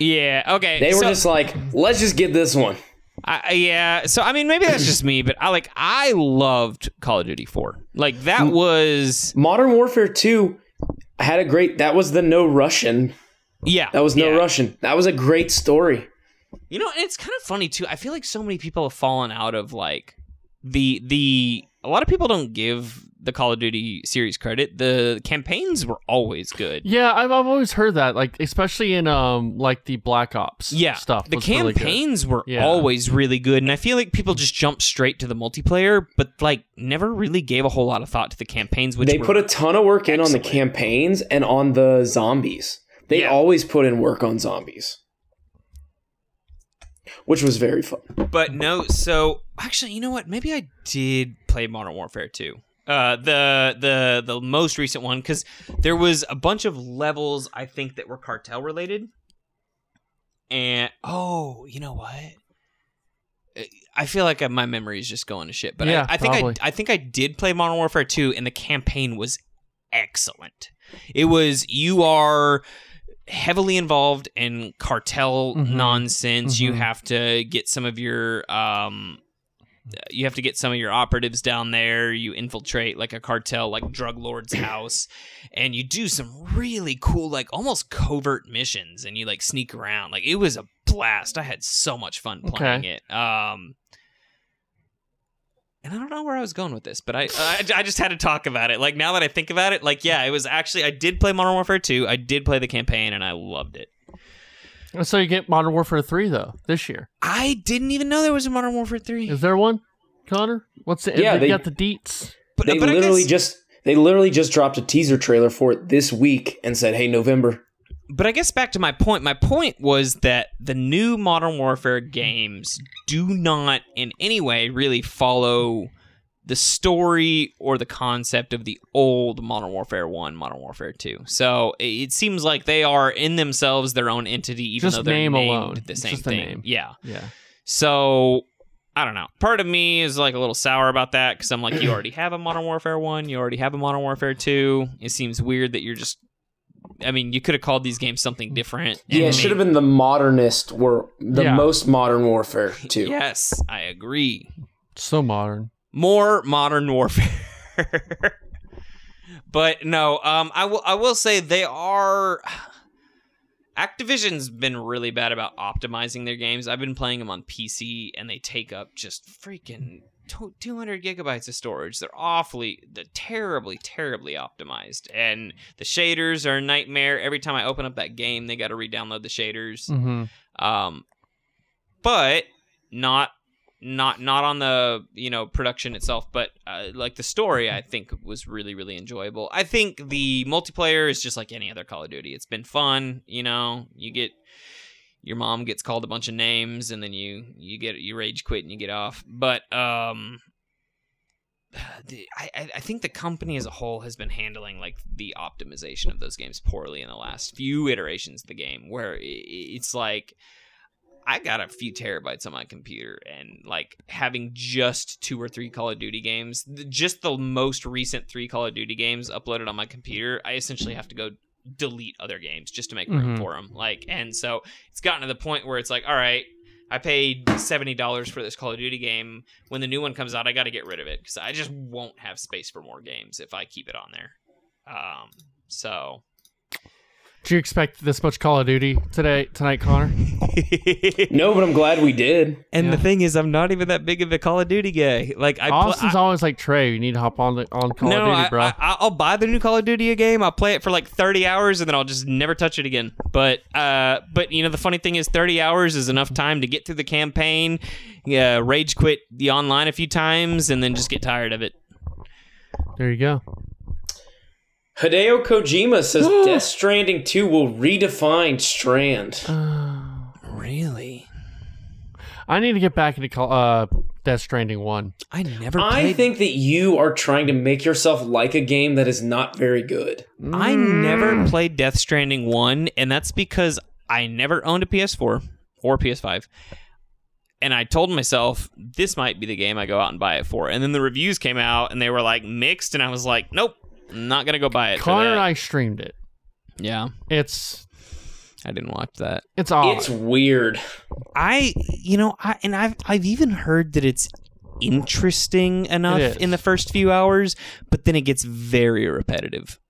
S5: Yeah, okay.
S4: They were
S5: so-
S4: just like, let's just get this one.
S5: I, I- yeah, so I mean maybe that's just me, but I like I loved Call of Duty 4. Like that
S4: Hmm.
S5: was
S4: Modern Warfare 2 had a great that was the no Russian.
S5: yeah.
S4: That was no
S5: yeah.
S4: Russian. That was a great story.
S5: You know, and it's kind of funny too. I feel like so many people have fallen out of like the the a lot of people don't give the Call of Duty series credit. The campaigns were always good.
S3: Yeah, I've, I've always heard that, like especially in um like the Black Ops
S5: yeah,
S3: stuff.
S5: The
S3: was really good.
S5: campaigns were
S3: Yeah.
S5: always really good, and I feel like people just jump straight to the multiplayer, but like never really gave a whole lot of thought to the campaigns. Which
S4: they
S5: were,
S4: put a ton of work in on
S5: excellent.
S4: the campaigns and on the zombies. They
S5: Yeah.
S4: always put in work on zombies. Which was very fun.
S5: but no. So actually, you know what? Maybe I did play Modern Warfare 2. Uh, the the the most recent one because there was a bunch of levels I think that were cartel related, and oh, you know what? Uh, I feel like uh, my memory is just going to shit, but I-
S3: Yeah,
S5: I, think
S3: probably.
S5: I I think I did play Modern Warfare 2, and the campaign was excellent. It was you are heavily involved in cartel
S3: Mhm.
S5: nonsense. You
S3: Mhm.
S5: have to get some of your um you have to get some of your operatives down there. You infiltrate like a cartel, like drug lord's house, and you do some really cool, like almost covert missions. And you like sneak around. Like it was a blast. I had so much fun playing it. Um, and I don't know where I was going with this, but I, I I just had to talk about it. Like now that I think about it, like yeah, it was actually I did play Modern Warfare 2. I did play the campaign, and I loved it.
S3: So you get Modern Warfare Three though this year.
S5: I didn't even know there was a Modern Warfare 3.
S3: Is there one, Connor? What's the?
S4: Yeah,
S3: they,
S4: they-
S3: got the deets.
S5: but,
S4: They
S5: but I
S4: literally
S5: guess-
S4: just they literally just dropped a teaser trailer for it this week and said, "Hey, November."
S5: but I guess back to my point. My point was that the new Modern Warfare games do not in any way really follow the story or the concept of the old Modern Warfare 1, Modern Warfare 2. So it it seems like they are in themselves their own entity, even
S3: Just
S5: though they're
S3: name
S5: named
S3: alone.
S5: the
S3: It's
S5: same
S3: just the
S5: thing.
S3: name.
S5: Yeah.
S3: Yeah.
S5: So I don't know. Part of me is like a little sour about that because I'm like, you already have a Modern Warfare one, you already have a Modern Warfare two. It seems weird that you're just. I mean, you could have called these games something different.
S4: Yeah, it should have been the modernist were the
S3: Yeah.
S4: most modern warfare too.
S5: Yes, I agree.
S3: So modern.
S5: More modern warfare. but no, um, I will. I will say they are. Activision's been really bad about optimizing their games. I've been playing them on PC, and they take up just freaking to- 200 gigabytes of storage. They're awfully, they're terribly, terribly optimized, and the shaders are a nightmare. Every time I open up that game, they got to re-download the shaders.
S3: Mm-hmm.
S5: Um, but not not not on the you know production itself, but uh, like the story, I think was really really enjoyable. I think the multiplayer is just like any other Call of Duty. It's been fun. You know, you get your mom gets called a bunch of names and then you you get you rage quit and you get off but um the- I, I- I think the company as a whole has been handling like the optimization of those games poorly in the last few iterations of the game where i- i- it's like i got a few terabytes on my computer and like having just two or three call of duty games th- just the most recent three call of duty games uploaded on my computer i essentially have to go delete other games just to make room
S3: Mhm.
S5: for 'em. for them like and so it's gotten to the point where it's like all right I paid seventy dollars for this Call of Duty game. When the new one comes out, I got to get rid of it because I just won't have space for more games if I keep it on there. Um, so
S3: Do you expect this much Call of Duty today tonight, Connor?
S4: No, but I'm glad we did.
S5: and
S3: the
S5: thing is, I'm not even that big of a Call of Duty guy. Like I,
S3: Austin's always like Trey. You need to hop on the on Call
S5: no,
S3: of Duty,
S5: I,
S3: bro.
S5: I, I'll buy the new Call of Duty game. I'll play it for like 30 hours and then I'll just never touch it again. But uh, but you know the funny thing is 30 hours is enough time to get through the campaign, yeah, rage quit the online a few times and then just get tired of it.
S3: there you go.
S4: Hideo Kojima says Death Stranding 2 will redefine Strand.
S5: Really?
S3: I need to get back into call, uh, Death Stranding one.
S5: I never
S4: I
S5: played
S4: think that you are trying to make yourself like a game that is not very good.
S5: I
S3: Mm.
S5: never played Death Stranding 1 and that's because I never owned a PS4 or PS5. And I told myself this might be the game I go out and buy it for. And then the reviews came out and they were like mixed and I was like, nope, not going to go buy it. for
S3: Connor
S5: that.
S3: and I streamed it.
S5: Yeah,
S3: It's
S5: I didn't watch that.
S3: it's odd.
S4: It's weird.
S5: I, you know, I and I've I've even heard that it's interesting enough
S3: It is.
S5: in the first few hours, but then it gets very repetitive.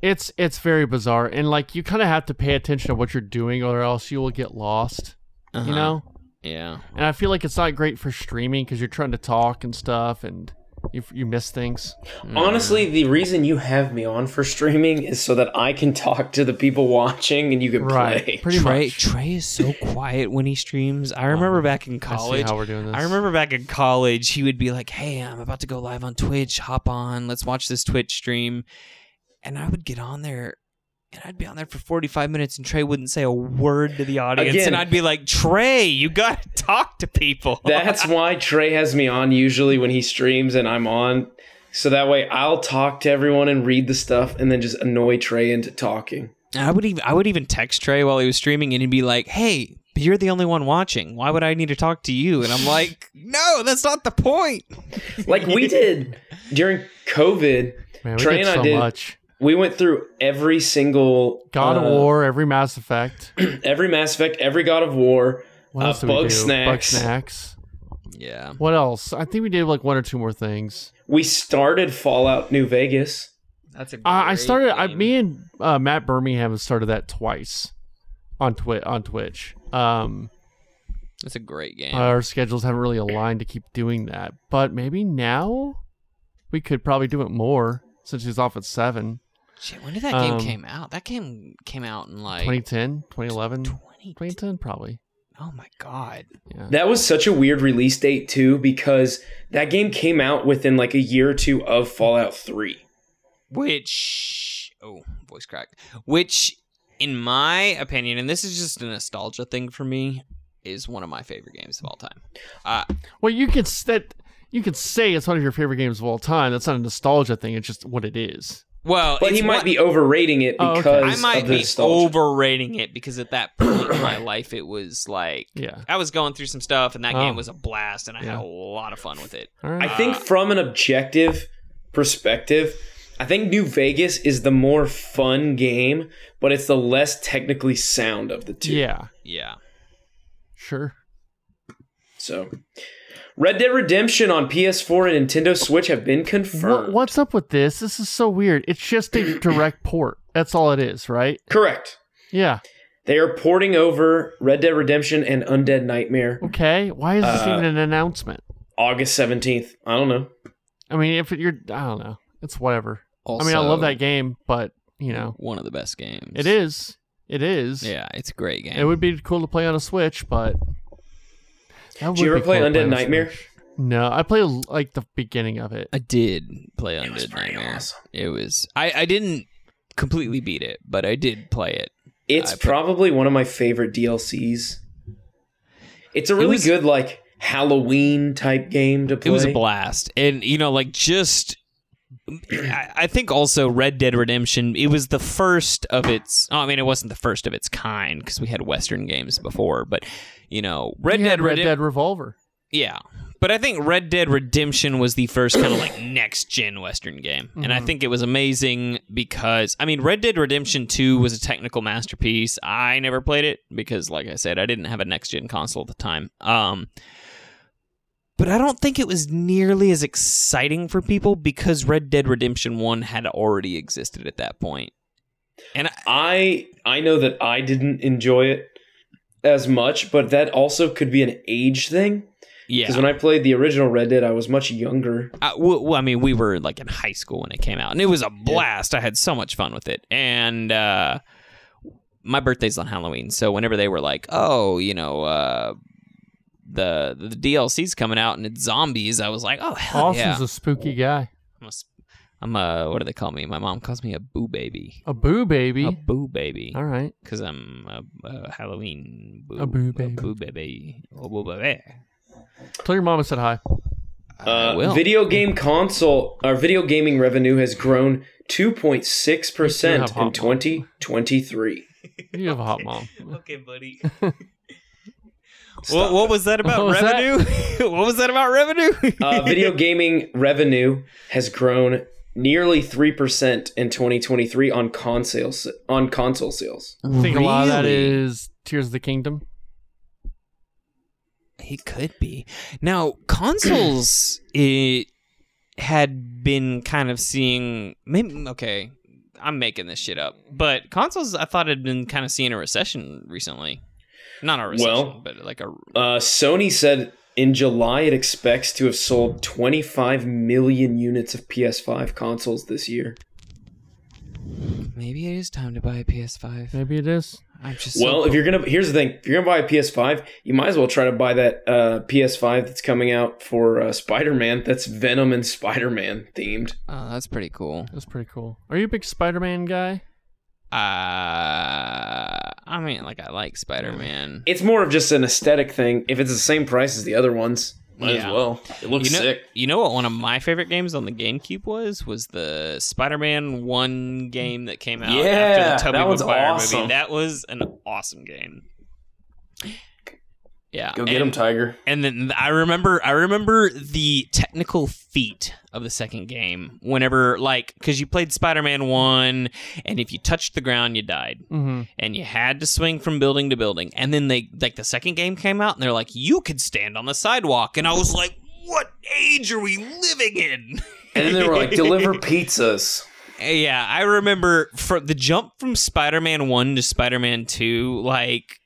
S3: it's it's very bizarre, and like you kind of have to pay attention to what you're doing, or else you will get lost.
S5: Uh-huh.
S3: You know.
S5: Yeah.
S3: And I feel like it's not great for streaming because you're trying to talk and stuff, and you you miss things.
S4: Mm. Honestly, the reason you have me on for streaming is so that I can talk to the people watching and you can play.
S3: Pretty
S5: Trey,
S3: much.
S5: Trey is so quiet when he streams. I remember back in
S3: I see
S5: college.
S3: how we're doing this.
S5: I remember back in college, he would be like, "Hey, I'm about to go live on Twitch. Hop on. Let's watch this Twitch stream." And I would get on there, and I'd be on there for 45 minutes, and Trey wouldn't say a word to the audience,
S4: Again-
S5: and I'd be like, "Trey, you got to talk to people."
S4: That's why Trey has me on usually when he streams and I'm on. So that way I'll talk to everyone and read the stuff and then just annoy Trey into talking.
S5: And I would even I would even text Trey while he was streaming, and he'd be like, "Hey." but You're the only one watching. Why would I need to talk to you? And I'm like, no, that's not the point.
S4: Like we did during COVID,
S3: Man, we
S4: Trey
S3: did
S4: and I
S3: so
S4: did-
S3: much.
S4: we went through every single
S3: God
S4: uh,
S3: of War, every Mass Effect.
S4: every Mass Effect, every God of War.
S3: What
S4: Uh,
S3: else did we
S4: Bug
S3: do? Bug
S4: Snacks.
S3: snacks.
S5: Yeah.
S3: What else? I think we did like one or two more things.
S4: We started Fallout New Vegas.
S5: That's a
S3: I I started. I, me and uh, Matt Birmingham have started that twice on Twitch. On Twitch, um,
S5: That's a great game.
S3: our schedules haven't really aligned to keep doing that. But maybe now we could probably do it more since he's off at seven.
S5: Shit, when did that
S3: um,
S5: game came out? That game came out in like
S3: 2010, 2011,
S5: 20
S3: 2010 probably.
S5: Oh my god.
S3: Yeah.
S4: That was such a weird release date too, because that game came out within like a year or two of Fallout Three.
S5: Which oh, voice crack. Which in my opinion, and this is just a nostalgia thing for me, is one of my favorite games of all time. Uh,
S3: Well, you could s- that you could say it's one of your favorite games of all time. That's not a nostalgia thing. It's just what it is.
S5: well,
S4: But
S5: it's
S4: he might
S5: one-
S4: be overrating it
S3: Oh, okay.
S4: because
S5: I might
S4: of the
S5: be
S4: nostalgia.
S5: overrating it because at that point in my life it was like
S3: Yeah.
S5: I was going through some stuff and that
S3: Oh.
S5: game was a blast and I had
S3: Yeah.
S5: a lot of fun with it.
S3: All right.
S4: I think from an objective perspective, I think New Vegas is the more fun game, but it's the less technically sound of the two.
S3: yeah.
S5: Yeah.
S3: Sure.
S4: So, Red Dead Redemption on PS4 and Nintendo Switch have been confirmed.
S3: What, what's up with this? This is so weird. It's just a direct port. That's all it is, right?
S4: Correct.
S3: Yeah.
S4: They are porting over Red Dead Redemption and Undead Nightmare
S3: Okay. Why is this
S4: Uh,
S3: even an announcement?
S4: August 17th. I don't know.
S3: I mean, if it, you're, I don't know. It's whatever. I mean, I love
S5: Also,
S3: that game, but you know,
S5: One of the best games.
S3: it is. It is.
S5: Yeah, it's a great game.
S3: It would be cool to play on a Switch, but. that would
S4: you ever
S3: be
S4: play
S3: cool to
S4: Undead
S3: on a
S4: Nightmare?
S3: Switch. No, I played like the beginning of it.
S5: I did play Undead
S4: was pretty
S5: Nightmare.
S4: awesome.
S5: It was I I didn't completely beat it, but I did play it.
S4: It's
S5: I put-
S4: probably one of my favorite DLCs. It's a really
S5: was-
S4: good like Halloween type game to play.
S5: It was a blast, and you know, like just. I I think also Red Dead Redemption. It was the first of its. Oh, I mean, it wasn't the first of its kind because we had Western games before, but you know, Red
S3: You had
S5: Dead
S3: Red
S5: Redem-
S3: Dead Revolver.
S5: Yeah. But I think Red Dead Redemption was the first kind of like next gen Western game. And I think it was amazing because, I mean, Red Dead Redemption 2 was a technical masterpiece. I never played it because, like I said, I didn't have a next gen console at the time. Um, but I don't think it was nearly as exciting for people because Red Dead Redemption 1 had already existed at that point. And I,
S4: I I know that I didn't enjoy it as much, but that also could be an age thing.
S5: yeah.
S4: Because when I played the original Red Dead, I was much younger.
S5: I, well, well, I mean, we were like in high school when it came out, and it was a blast. I had so much fun with it, and uh, my birthday's on Halloween, so whenever they were like, "Oh, you know, uh, the the DLC's coming out and it's zombies," I was like, "Oh hell
S3: Austin's
S5: yeah!"
S3: a spooky guy.
S5: I'm a, sp- I'm a what do they call me? My mom calls me a boo baby,
S3: A boo baby.
S5: a boo baby,
S3: All right.
S5: because I'm a, a Halloween boo,
S3: A boo baby.
S5: a boo baby, a boo baby.
S3: Tell your mom I said hi.
S5: I
S4: Uh,
S5: will.
S4: video game console our video gaming revenue has grown 2.6%
S3: You do have
S4: in
S3: hot
S4: 2023.
S3: You have a hot mom.
S5: Okay, buddy.
S4: Stop
S5: What, what was that about
S3: What was that?
S5: revenue? what was that about revenue?
S4: Uh, video gaming revenue has grown nearly 3% in 2023 on con sales on console sales.
S5: Mm-hmm.
S3: I think a lot of that
S5: Really?
S3: is Tears of the Kingdom.
S5: He could be. Now, consoles it had been kind of seeing maybe okay, I'm making this shit up. But consoles I thought had been kind of seeing a recession recently. Not a recession,
S4: Well-
S5: but like a
S4: Uh, Sony said in July it expects to have sold 25 million units of PS5 consoles this year.
S5: maybe it is time to buy a PS5.
S3: Maybe it is.
S5: I'm just
S4: Well, if you're gonna, here's the thing: if you're gonna buy a PS5, you might as well try to buy that uh, PS5 that's coming out for uh, Spider-Man. That's Venom and Spider-Man themed.
S5: oh, that's pretty cool.
S3: That's pretty cool. Are you a big Spider-Man guy?
S5: Uh I mean like I like Spider-Man.
S4: It's more of just an aesthetic thing. If it's the same price as the other ones, might
S5: Yeah.
S4: as well. It looks
S5: you know,
S4: sick.
S5: You know what one of my favorite games on the GameCube was? Was the Spider-Man 1 game that came out after
S4: Yeah,
S5: the Tobey
S4: that one's
S5: Maguire
S4: awesome.
S5: movie. That was an awesome game. Yeah.
S4: Go get
S5: and,
S4: him, Tiger.
S5: and then I remember I remember the technical feat of the second game whenever like cuz you played Spider-Man 1 and if you touched the ground you died
S3: Mm-hmm.
S5: and you had to swing from building to building. And then they like the second game came out and they're like, you could stand on the sidewalk. And I was like, what age are we living in?
S4: And then they were like, deliver pizzas.
S5: yeah, I remember from the jump from Spider-Man 1 to Spider-Man 2, like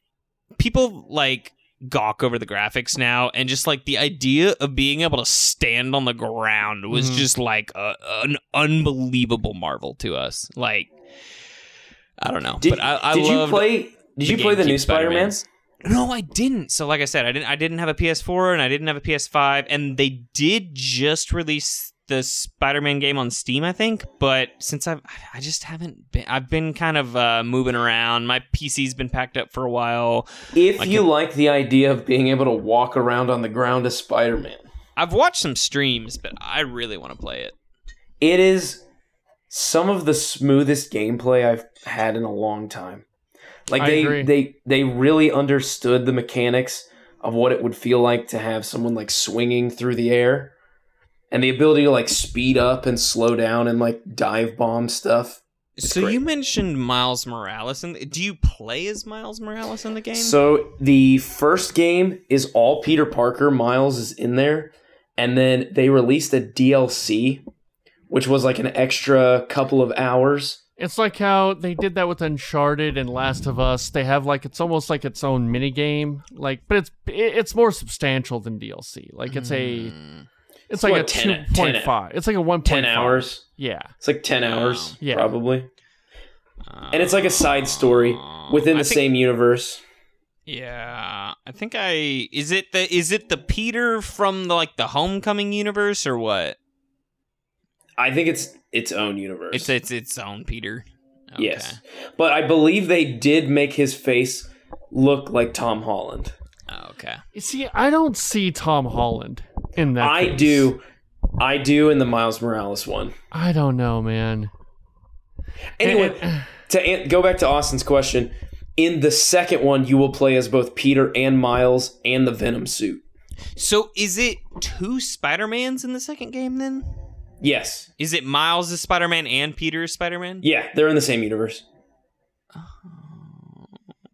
S5: people like gawk over the graphics now and just like the idea of being able to stand on the ground was
S3: Mhm.
S5: just like a, an unbelievable marvel to us. Like I don't know,
S4: Did,
S5: but I, I
S4: did you
S5: loved
S4: play? Did you play the
S5: GameCube
S4: new Spider-Man?
S5: Spider-Mans. No, I didn't. So like I said, I didn't I didn't have a PS4 and I didn't have a PS5 and they did just release the Spider-Man game on Steam, I think, but since I've I just haven't been I've been kind of uh, moving around. My PC's been packed up for a while.
S4: If
S5: Like
S4: you
S5: it-
S4: like the idea of being able to walk around on the ground as Spider-Man,
S5: I've watched some streams, but I really want to play it.
S4: it is some of the smoothest gameplay I've had in a long time. Like
S3: I
S4: they
S3: agree.
S4: they they really understood the mechanics of what it would feel like to have someone like swinging through the air and the ability to like speed up and slow down and like dive bomb stuff. It's
S5: so
S4: great.
S5: you mentioned Miles Morales and do you play as Miles Morales in the game?
S4: So the first game is all Peter Parker, Miles is in there, and then they released a DLC which was like an extra couple of hours
S3: It's like how they did that with Uncharted and Last of Us. They have like it's almost like its own mini game, like, but it's it, it's more substantial than DLC. Like it's a it's
S4: Mm.
S3: like
S4: What,
S3: a
S4: 10
S3: two point five. It's like a one
S4: 10 hours.
S3: Yeah,
S4: It's like 10
S5: Um,
S4: hours,
S3: Yeah.
S4: probably. And it's like a side story within the
S5: Um, I think-
S4: same universe.
S5: Yeah, I think I is it the is it the Peter from the, like the Homecoming universe or what?
S4: I think it's its own universe.
S5: It's it's its own Peter. Okay.
S4: Yes. But I believe they did make his face look like Tom Holland.
S5: Oh, Okay.
S3: You see, I don't see Tom Holland in that.
S4: I
S3: case.
S4: do. I do in the Miles Morales one.
S3: I don't know, man.
S4: Anyway, to an- go back to Austin's question, in the second one, you will play as both Peter and Miles and the Venom suit.
S5: So is it two Spider Mans in the second game then?
S4: Yes.
S5: Is it Miles' Spider Man and Peter's Spider Man?
S4: Yeah, they're in the same universe.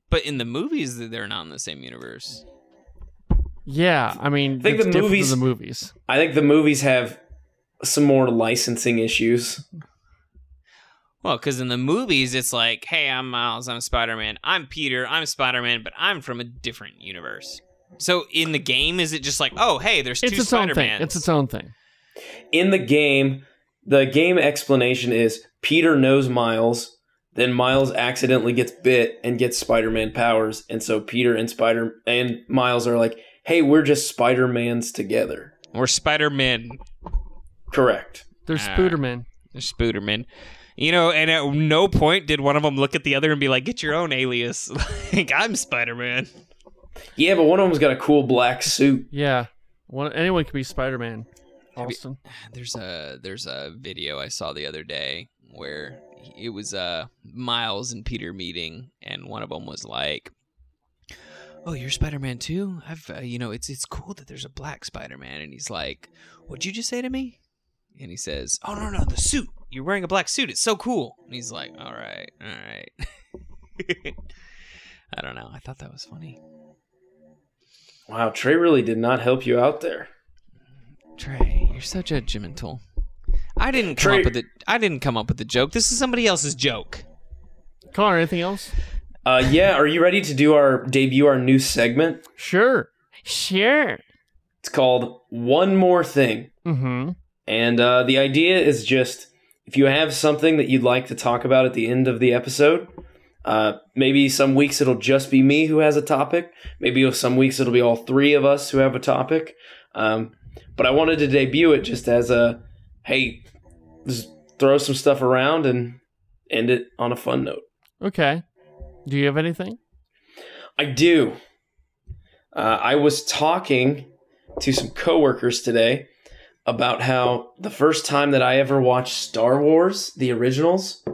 S5: But in the movies, they're not in the same universe.
S3: Yeah, I mean,
S4: I think
S3: it's
S4: the
S3: different than
S4: movies-
S3: the movies.
S4: I think the movies have some more licensing issues.
S5: Well, because in the movies, it's like, hey, I'm Miles, I'm Spider Man, I'm Peter, I'm Spider Man, but I'm from a different universe. So in the game, is it just like, oh, hey, there's
S3: It's
S5: two
S3: its own
S5: Spider
S3: thing.
S5: Mans?
S3: It's its own thing.
S4: In the game, the game explanation is Peter knows Miles, then Miles accidentally gets bit and gets Spider-Man powers, and so Peter and Spider and Miles are like, "Hey, we're just Spider-Mans together."
S5: We're Spider Man.
S4: Correct.
S3: There's
S5: Ah.
S3: Spooderman.
S5: There's Spooderman. You know, and at no point did one of them look at the other and be like, get your own alias. like, I'm Spider Man.
S4: Yeah, but one of them's got a cool black suit.
S3: Yeah, One, anyone could be Spider Man. Austin.
S5: There's a there's a video I saw the other day where it was uh Miles and Peter meeting, and one of them was like, "Oh, you're Spider-Man too? I've uh, you know it's it's cool that there's a black Spider-Man." And he's like, "What'd you just say to me?" And he says, "Oh no no the suit. You're wearing a black suit. It's so cool." And he's like, "All right, all right." I don't know. I thought that was funny.
S4: Wow, Trey really did not help you out there.
S5: Trey, you're so judgmental. I didn't come
S4: Trey-
S5: up with the I didn't come up with the joke. This is somebody else's joke.
S3: Connor, anything else?
S4: Uh, yeah, are you ready to do our debut our new segment?
S3: Sure. Sure.
S4: It's called One More Thing.
S3: Mm-hmm.
S4: And uh, the idea is just if you have something that you'd like to talk about at the end of the episode, uh, maybe some weeks it'll just be me who has a topic. Maybe some weeks it'll be all three of us who have a topic. Um, but I wanted to debut it just as a hey, just throw some stuff around and end it on a fun note.
S3: Okay. Do you have anything?
S4: I do. Uh, I was talking to some coworkers today about how the first time that I ever watched Star Wars, the originals,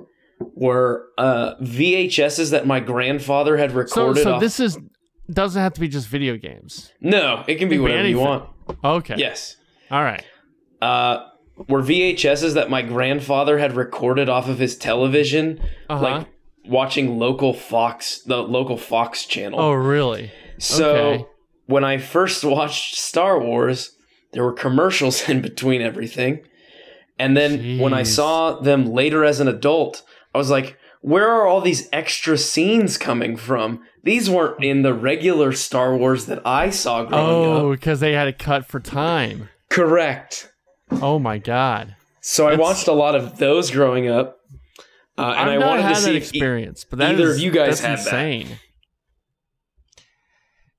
S4: were uh, VHSs that my grandfather had
S3: So,
S4: recorded.
S3: so
S4: off-
S3: this is doesn't have to be just video games.
S4: no, it can be
S3: It can be
S4: whatever you
S3: anything.
S4: want.
S3: Okay.
S4: Yes.
S3: All right.
S4: Uh, were VHSs that my grandfather had recorded off of his television,
S3: Uh-huh.
S4: like watching local Fox, the local Fox channel.
S3: oh, really?
S4: So
S3: Okay.
S4: when I first watched Star Wars, there were commercials in between everything. And then when I
S3: Jeez.
S4: saw them later as an adult, I was like, where are all these extra scenes coming from? These weren't in the regular Star Wars that I saw growing
S3: Oh,
S4: up.
S3: because they had a cut for time.
S4: Correct.
S3: Oh my God.
S4: So I
S3: That's-
S4: watched a lot of those growing up. Uh, and
S3: I've
S4: I
S3: not
S4: wanted
S3: had
S4: to see
S3: that
S4: if e-
S3: experience, but that
S4: either
S3: is-
S4: of you guys
S3: that's
S4: had that.
S3: insane.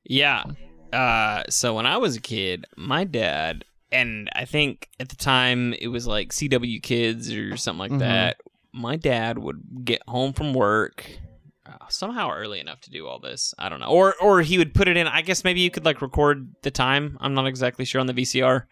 S5: Yeah. Uh, so when I was a kid, my dad, and I think at the time it was like CW Kids or something like
S3: Mhm.
S5: that, my dad would get home from work. uh, Somehow early enough to do all this, I don't know, or or he would put it in. I guess maybe you could like record the time. I'm not exactly sure on the VCR,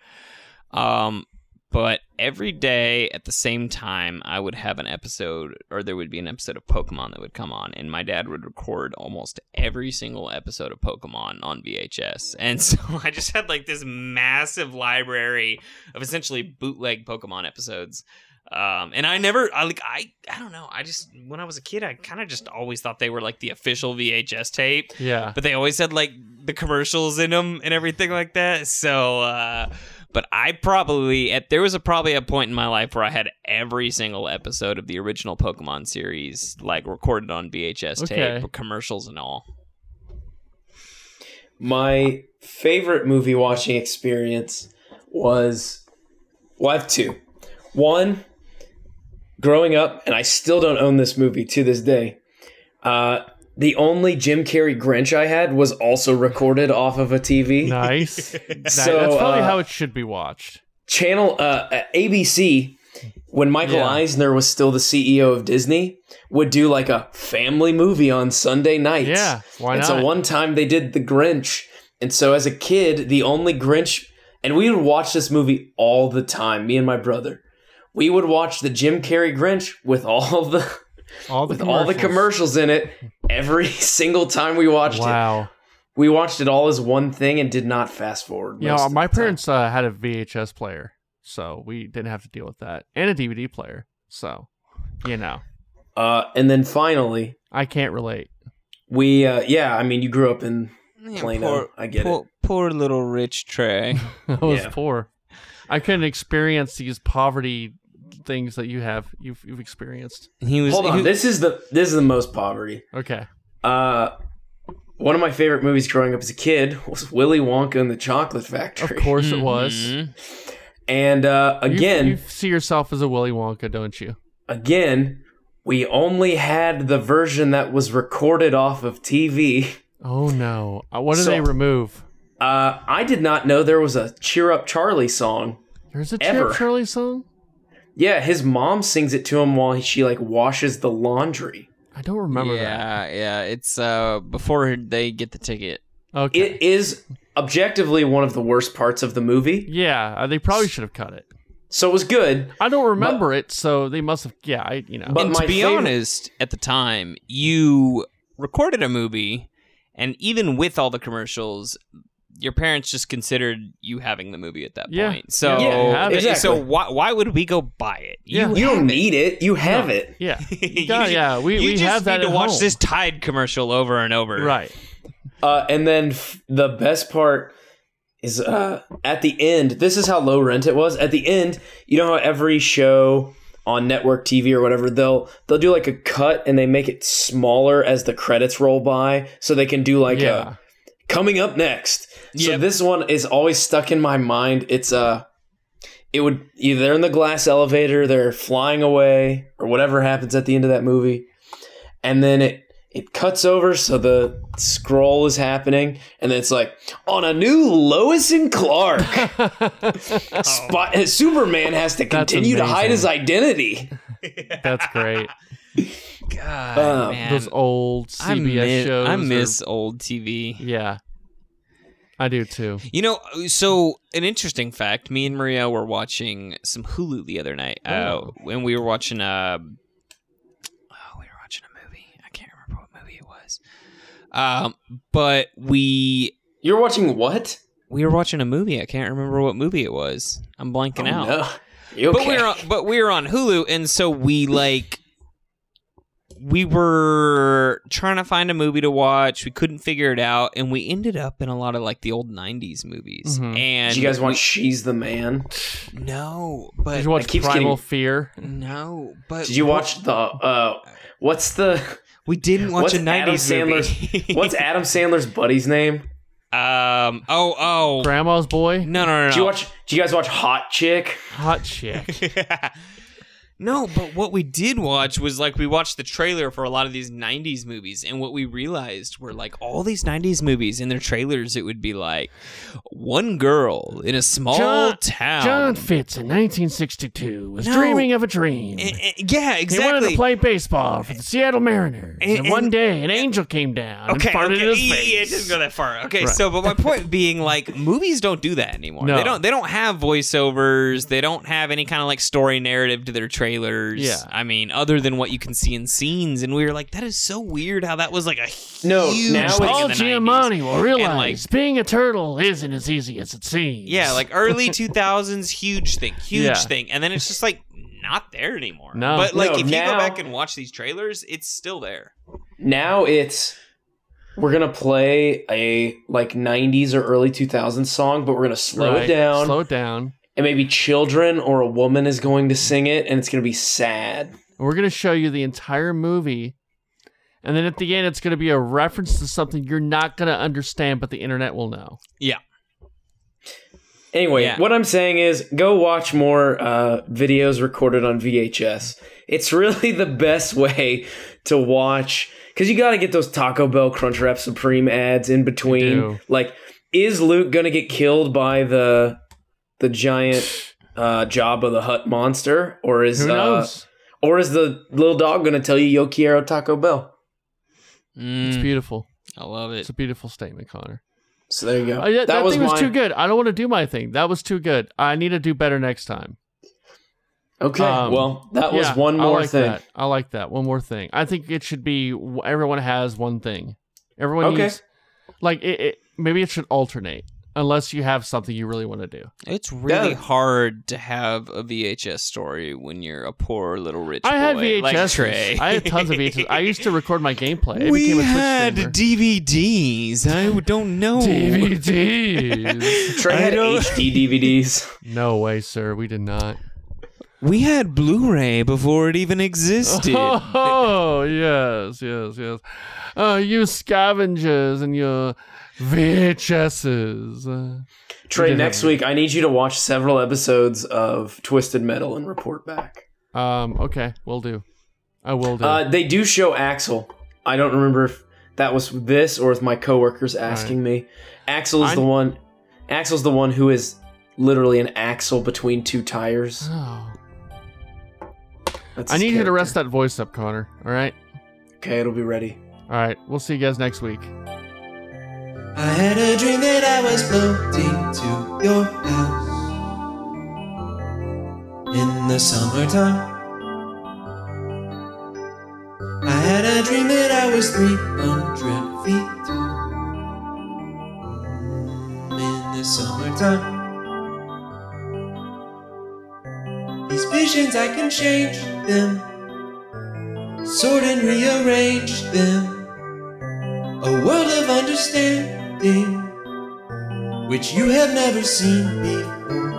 S5: um, but every day at the same time, I would have an episode, or there would be an episode of Pokemon that would come on, and my dad would record almost every single episode of Pokemon on VHS. And so I just had like this massive library of essentially bootleg Pokemon episodes. Um, and I never, I like, I, I don't know. I just, when I was a kid, I kind of just always thought they were like the official VHS tape
S3: Yeah.
S5: but they always had like the commercials in them and everything like that. So, uh, but I probably at there was a probably a point in my life where I had every single episode of the original Pokemon series like recorded on VHS
S3: Okay.
S5: tape, with commercials and all.
S4: My favorite movie watching experience was well, I have two. One, growing up, and I still don't own this movie to this day. Uh, the only Jim Carrey Grinch I had was also recorded off of a TV.
S3: Nice. That-
S4: So,
S3: that's probably
S4: uh,
S3: how it should be watched.
S4: Channel uh, uh, ABC when Michael
S3: Yeah.
S4: Eisner was still the CEO of Disney, would do like a family movie on Sunday nights.
S3: Yeah, why
S4: and
S3: not?
S4: so one time they did The Grinch. And so as a kid, the only Grinch, and we would watch this movie all the time, me and my brother. We would watch the Jim Carrey Grinch with all the
S3: all the
S4: with all the commercials in it every single time we watched it.
S3: Wow.
S4: We watched it all as one thing and did not fast forward.
S3: You
S4: most
S3: know,
S4: of
S3: my
S4: the time.
S3: parents uh, had a VHS player, so we didn't have to deal with that, and a DVD player. So, you know,
S4: Uh, and then finally,
S3: I can't relate.
S4: we uh, yeah, I mean, you grew up in
S5: Yeah,
S4: Plano. I get
S5: poor, poor little rich Trey.
S3: I was
S4: Yeah.
S3: poor. I couldn't experience these poverty things that you have. You've, you've experienced.
S5: He was.
S4: Hold on,
S5: he-
S4: this is the this is the most poverty.
S3: Okay.
S4: Uh, one of my favorite movies growing up as a kid was Willy Wonka and the Chocolate
S3: Of
S4: Factory.
S3: course it was.
S5: Mhm.
S4: And uh,
S3: You-
S4: again,
S3: you, see yourself as a Willy Wonka, don't you?
S4: again, we only had the version that was recorded off of TV.
S3: Oh no! Uh, What did
S4: So-
S3: they remove?
S4: Uh, I did not know there was a Cheer Up Charlie song.
S3: There's a
S4: Ever.
S3: Chip Shirley song.
S4: Yeah, his mom sings it to him while she like washes the laundry.
S3: I don't remember
S5: yeah, yeah. It's uh before they get the ticket.
S3: that. Okay.
S4: It is objectively one of the worst parts of the movie.
S3: yeah, uh, they probably should have cut it.
S4: So it was good.
S3: I don't remember it, so they must have. Yeah, I you know.
S4: But
S5: and
S4: my
S5: to be
S4: favorite-
S5: honest, at the time, you recorded a movie, and even with all the commercials, your parents just considered you having the movie at that
S3: Yeah.
S5: point.
S4: Yeah,
S5: So,
S3: you have it.
S5: so
S4: Exactly.
S5: why why would we go buy it?
S3: Yeah.
S4: You don't need it. You have it.
S3: yeah,
S5: You
S3: yeah,
S5: ju-
S3: yeah. We
S5: you
S3: we
S5: just
S3: have that
S5: need to
S3: at
S5: watch
S3: home.
S5: this Tide commercial over and over.
S3: Right.
S4: Uh, and then f- the best part is uh, at the end. This is how low rent it was. At the end, you know how every show on network TV or whatever they'll they'll do like a cut and they make it smaller as the credits roll by, so they can do like
S3: yeah.
S4: a coming up next. So
S5: Yep.
S4: this one is always stuck in my mind. It's uh it would either they're in the glass elevator, they're flying away, or whatever happens at the end of that movie. And then it it cuts over so the scroll is happening, and then it's like, on a new Lois and Clark. Spot- Superman has to
S3: That's
S4: continue to hide
S3: amazing.
S4: his identity.
S3: That's great.
S5: God,
S4: Uh,
S5: man.
S3: Those old CBS
S5: I miss,
S3: shows.
S5: I
S3: are-
S5: miss old TV.
S3: yeah. I do too.
S5: You know, uh, so an interesting fact. Me and Maria were watching some Hulu the other night, uh,
S4: Oh.
S5: and we were watching a. Oh, we were watching a movie. I can't remember what movie it was. Um, but we
S4: You're watching what?
S5: we were watching a movie. I can't remember what movie it was. I'm blanking out.
S4: Oh, No. You okay?
S5: But we were on, but we were on Hulu, and so we like we were trying to find a movie to watch. We couldn't figure it out, and we ended up in a lot of like the old '90s movies.
S3: Mhm.
S5: And
S4: Mm-hmm. Did you guys watch She's the Man?
S5: No,
S3: Did
S5: but
S3: you watch
S4: keeps
S3: Primal
S4: getting-
S3: Fear?
S5: no, but
S4: Did you watch the uh what's the
S5: We didn't watch
S4: What's
S5: a
S4: Adam
S5: '90s movie.
S4: Sandler's What's Adam Sandler's buddy's name?
S5: um? Oh, oh,
S3: Grandma's Boy?
S5: no, no, no, no.
S4: Did you watch? Did you guys watch Hot Chick?
S3: Hot chick.
S5: no, but what we did watch was like we watched the trailer for a lot of these 90s movies, and what we realized were like all these 90s movies in their trailers, it would be like one girl in a small
S3: John-
S5: town.
S3: John Fitz in 1962 was
S5: No.
S3: dreaming of a dream.
S5: Eh, eh, yeah,
S3: He wanted
S5: exactly.
S3: to play baseball for the Seattle Mariners.
S5: And-
S3: E- And,
S5: and-
S3: one day, an angel came down and farted in his
S5: yeah,
S3: face.
S5: yeah, it didn't go that far. Okay, so but my point being, like, movies don't do that anymore.
S3: No.
S5: They don't. They don't have voiceovers. They don't have any kind of like story narrative to their trailers.
S3: Yeah.
S5: I mean, other than what you can see in scenes, and we were like, that is so weird how that was like a
S4: No,
S5: huge
S4: now it's-
S5: thing in
S3: Paul
S5: the 90s.
S3: Giamatti will realize
S5: And, like-
S3: being a turtle isn't as easy as it seems.
S5: Yeah, like early two thousands, huge thing, huge
S3: Yeah.
S5: thing, and then it's just like not there anymore.
S3: No.
S5: but like
S4: No,
S5: if you go
S4: now-
S5: back and watch these trailers, it's still there.
S4: Now it's we're gonna play a like '90s or early 2000s song, but we're gonna slow
S3: Right.
S4: it down,
S3: Slow it down.
S4: and maybe children or a woman is going to sing it, and it's gonna be sad.
S3: And we're going to show you the entire movie. And then at the end, it's going to be a reference to something you're not going to understand, but the internet will know.
S5: Yeah.
S4: Anyway,
S5: Yeah.
S4: what I'm saying is, go watch more uh, videos recorded on VHS. It's really the best way to watch because you got to get those Taco Bell Crunchwrap Supreme ads in
S3: You do.
S4: between. Like, is Luke gonna get killed by the the giant uh, Job of the Hut monster, or is
S3: Who
S4: uh,
S3: knows?
S4: or is the little dog going to tell you Yo quiero Taco Bell?
S3: It's
S5: Mm,
S3: beautiful.
S5: I love it.
S3: It's a beautiful statement, Connor.
S4: So there you go.
S3: Uh, yeah, that
S4: was
S3: thing was
S4: mine.
S3: too good. I don't want to do my thing. That was too good. I need to do better next time.
S4: Okay,
S3: Um,
S4: well that was
S3: Yeah,
S4: one
S3: I
S4: more
S3: like
S4: thing.
S3: That. I like that. One more thing. I think it should be w- everyone has one thing. Everyone
S4: Okay.
S3: needs like it, it. Maybe it should alternate unless you have something you really want to do.
S5: It's really
S4: Yeah.
S5: hard to have a VHS story when you're a poor little rich
S3: I had
S5: boy like
S3: VHS.
S5: Trey.
S3: I had tons of VHS. I used to record my gameplay. It
S5: we
S3: became a Twitch
S5: had
S3: streamer.
S5: DVDs. I don't know.
S3: DVDs.
S4: Trey had
S5: don't-
S4: HD DVDs.
S3: no way, sir. We did not.
S5: We had Blu-ray before it even existed.
S3: Oh yes, yes, yes. Uh, you scavengers and your VHSs. Uh,
S4: Trey,
S3: did
S4: next
S3: have-
S4: week I need you to watch several episodes of Twisted Metal and report back.
S3: Um. Okay, will do. I will do.
S4: Uh, they do show Axel. I don't remember if that was this or if my coworkers asking me. Axel is
S3: I-
S4: the one. Axel's the one who is literally an axle between two tires.
S3: Oh.
S4: That's
S3: I
S4: his
S3: need you to
S4: character.
S3: rest that voice up, Connor. All right.
S4: Okay, it'll be ready.
S3: All right. We'll see you guys next week.
S6: I had a dream that I was floating to your house in the summertime. I had a dream that I was 300 feet tall Mm, in the summertime. These visions, I can change them, sort and rearrange them a world of understanding which you have never seen before.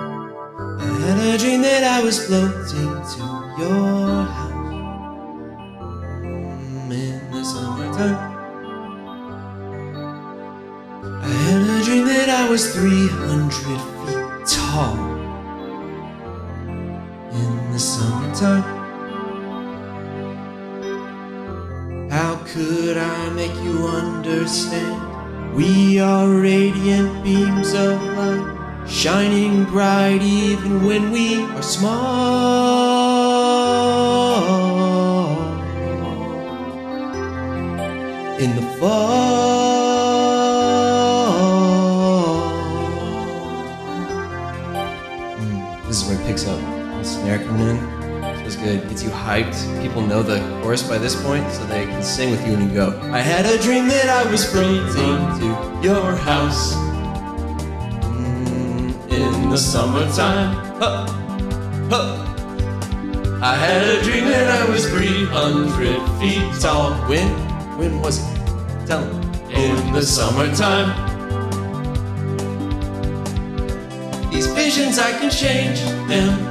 S6: I had a dream that I was floating to your house Mm, in the summertime. I had a dream that I was 300 feet tall in the summertime. How could I make you understand? We are radiant beams of light, shining bright even when we are small. In the fall. Mm, this is where it picks up. The snare coming in. It's good. Gets you hyped. People know the chorus by this point, so they can sing with you when you go. I had a dream that I was floating to your house Mm, in the summertime. Huh. Huh. I had a dream that I was 300 feet tall. When? When was it? Tell me. In the summertime. These visions, I can change them